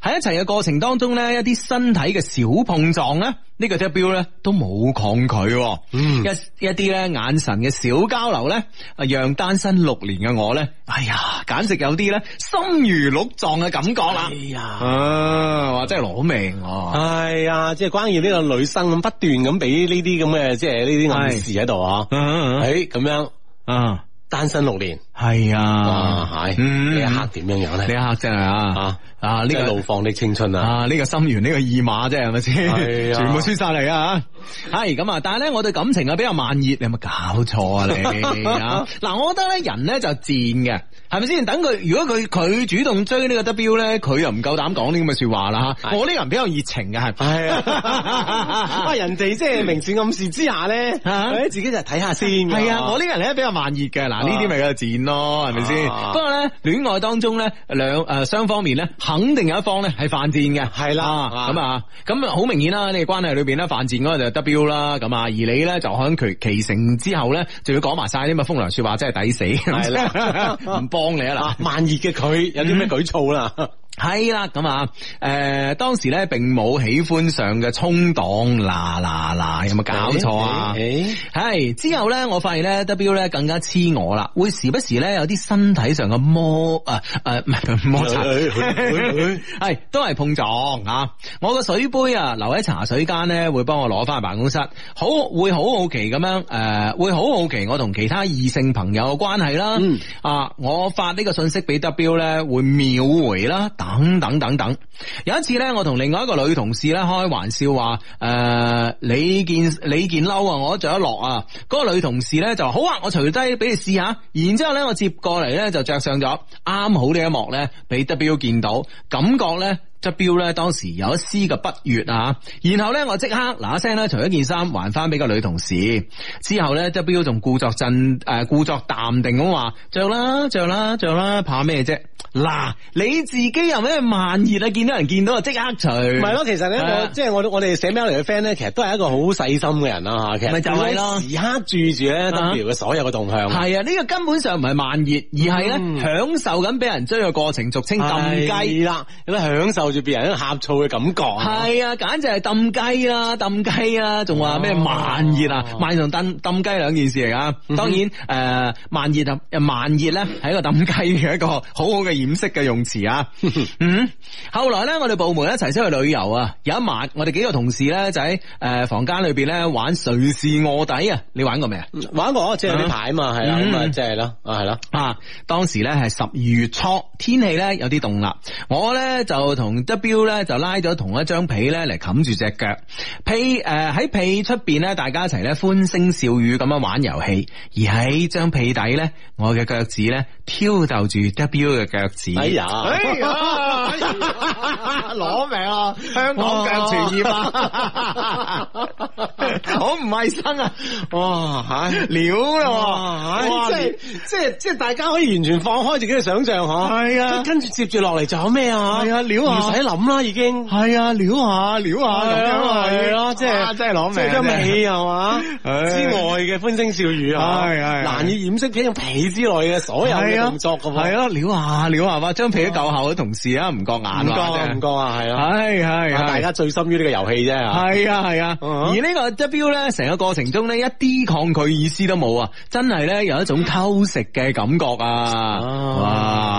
喺一齊嘅過程當中咧，一啲身體嘅小碰撞咧，呢、個 W 咧都冇抗拒喎、嗯一一啲咧眼神嘅小交流咧，啊讓單身六年嘅我咧，哎呀，簡直有啲咧心如鹿撞嘅感覺啦。哎呀啊，哇，真係攞命啊！係啊，即係關於呢個女生咁不斷咁俾呢啲咁嘅，即係呢啲暗示喺度啊，啊誒咁樣啊，單身六年，係啊，哇，係嗯呢一刻點樣樣呢咧？一刻真係啊啊，啊呢呢個個怒放的青春啊，啊！呢、個心猿呢、個二馬啫，係咪先？係啊全部輸晒嚟啊！係咁啊！但係咧，我對感情啊比較慢熱，你有冇搞錯啊 你？啊嗱、我覺得咧人咧就賤嘅，係咪先？等佢如果佢佢主動追呢個 W 咧，佢又唔夠膽講呢咁嘅說話啦吓。係我呢個人比較熱情嘅，係 係啊，啊人哋即係明示暗示之下咧，啊誒自己就睇下先。係啊，我呢個人咧比較慢熱嘅，嗱呢啲咪叫賤咯，係咪先？啊不過咧，戀愛當中咧，兩誒雙方面咧，肯定有一方咧係犯賤嘅，係啦啊咁啊，咁啊好明顯啦，你哋關係裏邊咧犯賤嗰個就係 W 啦，咁啊，而你咧就響其其成之後咧，就要講埋晒啲咁嘅風涼說話，真係抵死，係啦 唔幫你啊嗱啊。慢熱嘅佢有啲嗯咩舉措啦？係啦，咁啊，诶、當時咧並冇喜歡上嘅衝動，嗱嗱嗱，有冇搞錯啊？誒誒係之後咧，我發現咧 W 咧更加黐我啦，會時不時咧有啲身體上嘅摩啊诶唔係摩擦，哎哎 哎係都係碰撞啊！我個水杯啊留喺茶水間咧，會幫我攞翻去辦公室，好會好好奇咁樣诶、誒會好好奇我同其他異性朋友嘅關係啦。嗯啊，我發呢個信息俾 W 咧會秒回啦，等等等等。有一次咧，我同另外一個女同事咧開玩笑話，诶、你件你件褸啊，我都着得落啊。嗰、個女同事咧就話好啊，我除低俾你試下。然之后咧，我接過嚟咧就着上咗，啱好呢一幕咧俾 W 見到，感覺咧。W 咧當時有一絲嘅不悦啊，然後咧我即刻嗱一聲咧除咗件衫還翻俾個女同事，之後咧 W 仲故作鎮誒、呃故作淡定咁話着啦着啦着啦，怕咩啫？嗱你自己又咩慢熱啊？見到人見到就即刻除，唔唔係咯，其實咧，係啊我即係我我哋寫 mail 嚟嘅 friend 咧，其實都係一個好細心嘅人啦吓，其實咪就係咯時刻注意住咧 W 嘅所有嘅動向。係啊，呢、個根本上唔係慢熱，而係咧、嗯享受緊俾人追嘅過程，俗稱係撳雞。啦，有得享受住別人喺度呷醋嘅感覺。係啊，簡直係抌雞啦，抌雞啦，仲話咩哦慢熱啊，慢同抌抌雞兩件事嚟噶。當然，誒、慢熱啊，慢熱咧係一個抌雞嘅一個好好嘅掩飾嘅用詞啊。嗯，後來咧，我哋部門一齊出去旅遊啊，有一晚我哋幾個同事咧就喺誒、房間裏邊咧玩誰是臥底啊，你玩過未啊？玩過即係有啲啊牌嘛，係啦，咁啊嗯即係咯，啊係啦，啊，當時咧係十二月初，天氣咧有啲凍啦。我咧就同 W 咧就拉咗同一張被咧嚟冚住只腳，被誒喺、被出邊咧，大家一齊咧歡聲笑語咁樣玩遊戲，而喺張被底咧，我嘅腳趾咧挑逗住 W 嘅腳趾。哎呀，哎攞命啊！香港腳傳染啊！好唔衞生啊！哇，料啊啦唉喎！即係即係即係大家可以完全放開自己嘅想象嗬。係啊跟跟住接住落嚟仲有咩啊？係啊料啊唔使諗啦，已經。系啊，撩下撩下咁样啊，係咯，即啊係真系攞即係張命，被係嘛唉之外嘅歡聲笑語啊，係係係難以掩飾嘅被之內嘅所有嘅動作噶系喎，咯，撩下撩下嘛，張被都夠厚嘅同事啊，唔覺眼啊唔覺啊唔覺啊，係啊，係係係大家醉心於呢個遊戲啫嚇，係啊係啊，嗯而呢個 W 咧，成個過程中咧一啲抗拒意思都冇啊，真係咧有一種偷食嘅感覺啊！啊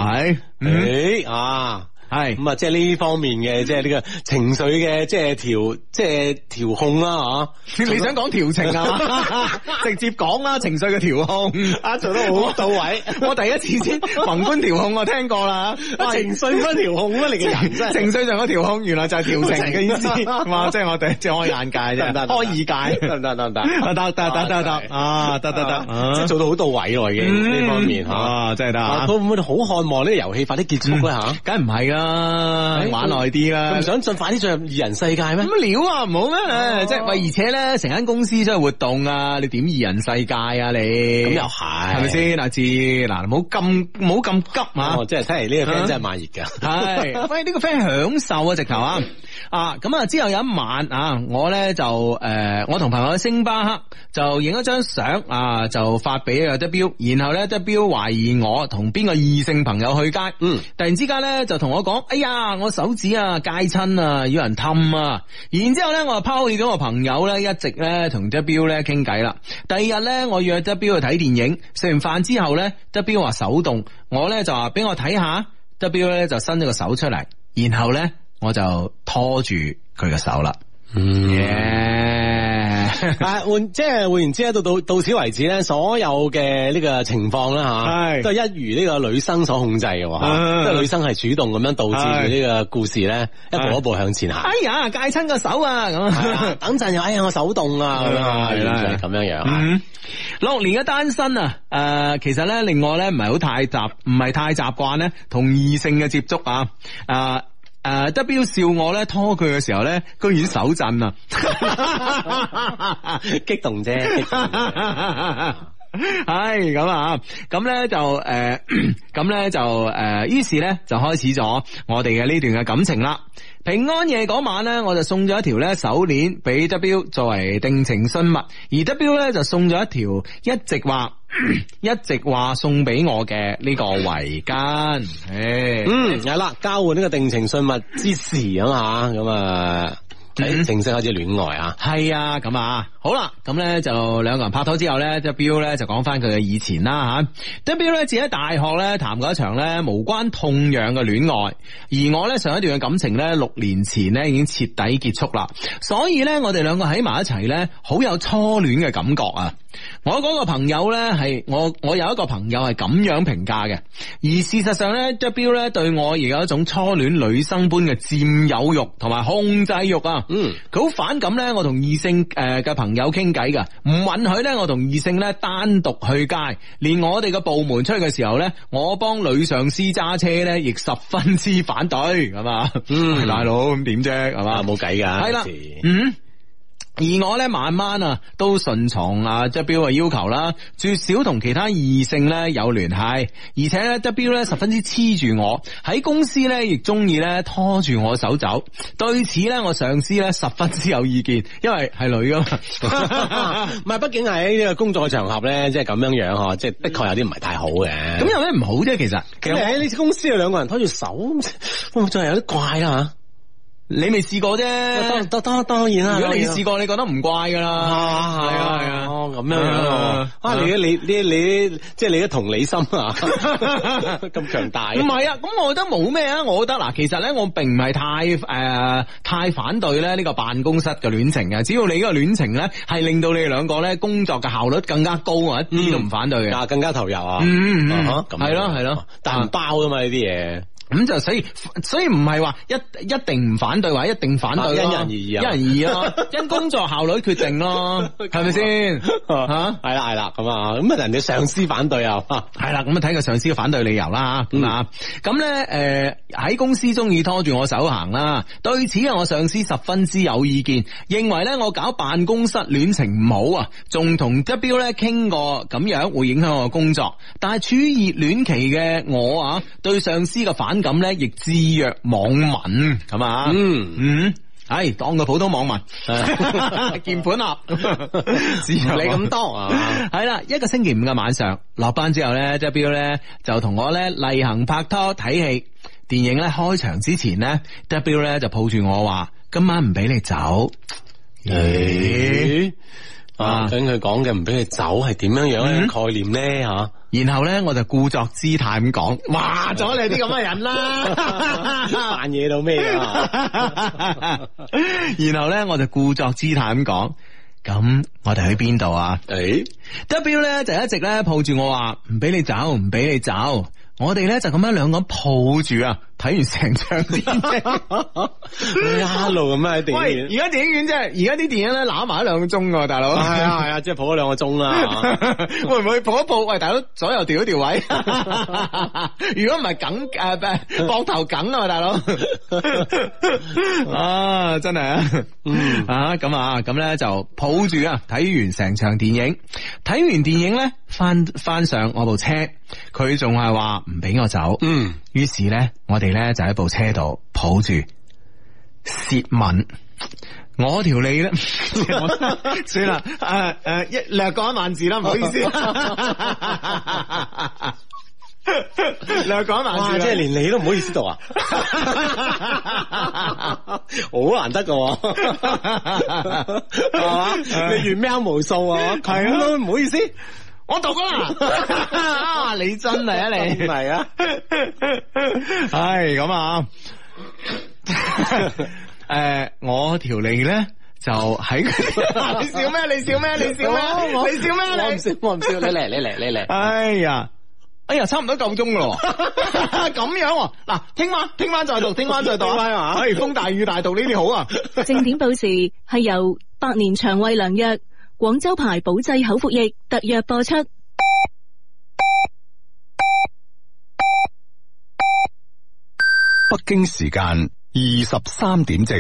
哇，係，嗯嗯誒啊。係咁啊，即係呢方面嘅，即係呢個情緒嘅，即係調，即係調控啦啊吓。你想講調情啊？ 直接講啦，情緒嘅調控嗯啊，做得好到位。我第一次先宏觀調控，我聽過啦。哇啊情緒乜調控啊？你嘅人真係情緒上嘅調控，原來就係調情 嘅意思。哇！即係我哋即係開眼界啫，得唔得開耳界。得唔得得唔得？得得得得得得啊！得得得，即係做到好到位咯，已經嗯呢方面吓。啊，真係得啊啊！佢會唔會好渴望呢個遊戲快啲結束咧吓？梗唔係啦哎，玩耐啲啦。佢唔想盡快啲進入二人世界咩？哦咁料啊，唔好咩？唉即係喂，而且咧，成間公司都係活動啊，你點二人世界啊你？咁又係，係咪？先？阿志，嗱，唔好咁唔好咁急啊！哦，即係睇嚟呢個 friend 啊真係慢熱㗎。 係，喂，呢、個 friend 享受啊，直頭啊，啊，咁啊，之後有一晚啊，我咧就誒、呃我同朋友去星巴克就影咗張相啊，就發俾阿 W，然後咧 W 懷疑我同邊個異性朋友去街，嗯，突然之間咧就同我講，哎呀，我手指啊戒親啊，要人氹啊，然之後咧我就拋棄咗我朋友咧，一直咧同 W 咧傾偈啦。第二日咧我約 W 去睇電影，食完飯之後咧 W 話手動，我咧就話俾我睇下。W 咧就伸咗個手出嚟，然後咧我就拖住佢嘅手啦。嗯嗯 耶！但係啊換即係換言之咧，到到到此為止咧，所有嘅呢個情況啦係吓，都係一如呢個女生所控制嘅喎，嗯嚇即係女生係主動咁樣導致住呢個故事咧一係步一步向前 行哎。呀，戒親個手啊！係咁啊等陣又哎呀我手 凍啊咁樣啊，係啦原來係咁樣樣啊。嗯，六年嘅單身啊，誒、其實咧令我咧唔係好太習，唔係太習慣咧同異性嘅接觸啊，啊、誒、W 笑我咧拖佢嘅時候咧，居然手震啊！ 激 動啫，激動啫唉，咁啊，咁咧就誒， 咁、咧就誒，於、是咧就開始咗我哋嘅呢段嘅感情啦。平安夜嗰晚咧，我就送咗一條咧手鏈俾 W 作為定情信物，而 W 咧就送咗一條一直話 一直話送俾我嘅呢個圍巾。唉，嗯，係啦，交換呢個定情信物之時啊嘛，咁啊，嗯誒正式開始戀愛啊。係啊，咁啊，好啦，咁咧就兩個人拍拖之後咧，W 咧就講翻佢嘅以前啦吓。W 咧自己喺大學咧談過一場咧無關痛癢嘅戀愛，而我咧上一段嘅感情咧六年前咧已經徹底結束啦，所以咧我哋兩個喺埋一齊咧好有初戀嘅感覺啊！我嗰個朋友咧係我我有一個朋友係咁樣評價嘅，而事實上咧 W 咧對我而有一種初戀女生般嘅佔有欲同埋控制欲啊！嗯，佢好反感咧，我同異性誒嘅朋友傾偈噶，唔允許咧我同異性咧單獨去街，連我哋嘅部門出去嘅時候咧，我幫女上司揸車咧，亦十分之反對，咁啊，嗯 喂大佬咁點啫，係嘛，啊冇計噶，係啦有時，嗯。而我咧慢慢啊，都順從啊 W 嘅要求啦，絕少同其他異性咧有聯繫，而且咧 W 咧十分之黐住我，喺公司咧亦中意咧拖住我手走。對此咧，我上司咧十分之有意見，因為係女噶嘛。 唔係，畢竟喺呢個工作嘅場合咧，即係咁樣樣嗬，即係的確有啲唔係太好嘅。咁有咩唔好啫？其實，其咁你實喺呢公司有兩個人拖住手，會唔會真係有啲怪啦你未試過啫。吓？當當當當然啦，如果你當然啦試過，你覺得唔怪噶啊，啦。係係啊係啊哦咁樣樣啊啊，啊你你你你即係你嘅同理心啊， 咁強大唔係啊，咁我覺得冇咩啊，我覺得嗱，其實咧我並唔係太誒、呃太反對咧呢個辦公室嘅戀情嘅，只要你呢個戀情咧係令到你哋兩個咧工作嘅效率更加高啊，一啲都唔反對嘅。啊，更加投入啊，嗯嗯嗯啊哈咁係咯樣係咯但唔包噶嘛呢啲嘢，咁就所以所以唔係話一一定唔反對，或者一定反對咯啊因人而異因啊人而異咯，因工作效率決定咯，係咪先吓？係啦係啦咁啊，咁啊人哋上司反對啊，啊系啦，咁啊睇個上司嘅反對理由啦，咁啊，咁咧诶喺公司中意拖住我手行啦，對此啊我上司十分之有意見，認為咧我搞辦公室戀情唔好啊，仲同 W 咧傾過咁樣會影響我工作，但係處於熱戀期嘅我啊，對上司嘅反感咧亦置若罔聞咁啊，嗯，嗯。唉，當個普通 網民啊 鍵盤俠，你你咁多啊，系啦，一個星期五嘅晚上，落班之後咧，W 咧就同我咧例行拍拖睇戲。電影咧開場之前咧，W 咧就抱住我話：今晚唔俾你走。咦啊啊，究竟佢講嘅唔俾佢走係點樣樣嗯嘅概念咧吓？然後咧我就故作姿態咁講，話咗你啲咁嘅人 啦。扮嘢到咩啊？ 然後咧我就故作姿態咁講，咁我哋去邊度啊？誒， W 咧就一直咧抱住我話唔俾你走，唔俾你走。我哋咧就咁樣兩個人抱住啊，睇完成場電影。一路咁樣喺 地喂，而面，家電影院真係，而家啲電影咧攬埋一兩個鐘噶，大佬。係啊係啊，即係抱咗兩個鐘啦。 會唔會抱一抱？喂，大佬左右調一調位。 如果唔係梗誒，唔係膊頭梗啊嘛，大佬。啊，真係啊。嗯啊，咁啊，咁咧就抱住啊，睇完成場電影，睇完電影咧，翻翻上我部車，佢仲係話唔俾我走。嗯，於是咧，我哋咧就喺部車度抱住舌吻。我條脷 咧，算啦，誒、誒，一略過一萬字 啦，唔好意思，略過一萬哇！字啦，即係連你都唔好意思到啊，好難得噶，係 Ờ. 嘛？ 哦你越喵無數啊，係咯，唔好意思，我讀 啦，啊你真係啊你，唔係啊， 唉，咁啊，诶、我條脷咧就喺 你笑咩？你笑咩？你笑咩？你笑我咩？唔你笑，我唔笑，你嚟，你嚟，你嚟，哎呀！哎呀，差唔多夠鐘咯， 咁樣喎嗱、聽晚聽晚再讀，聽晚再 讀啊！哎，風大雨大讀呢啲好啊！正点报时系由百年肠胃良药广州牌保济口服液特约播出。北京时间二十三点正。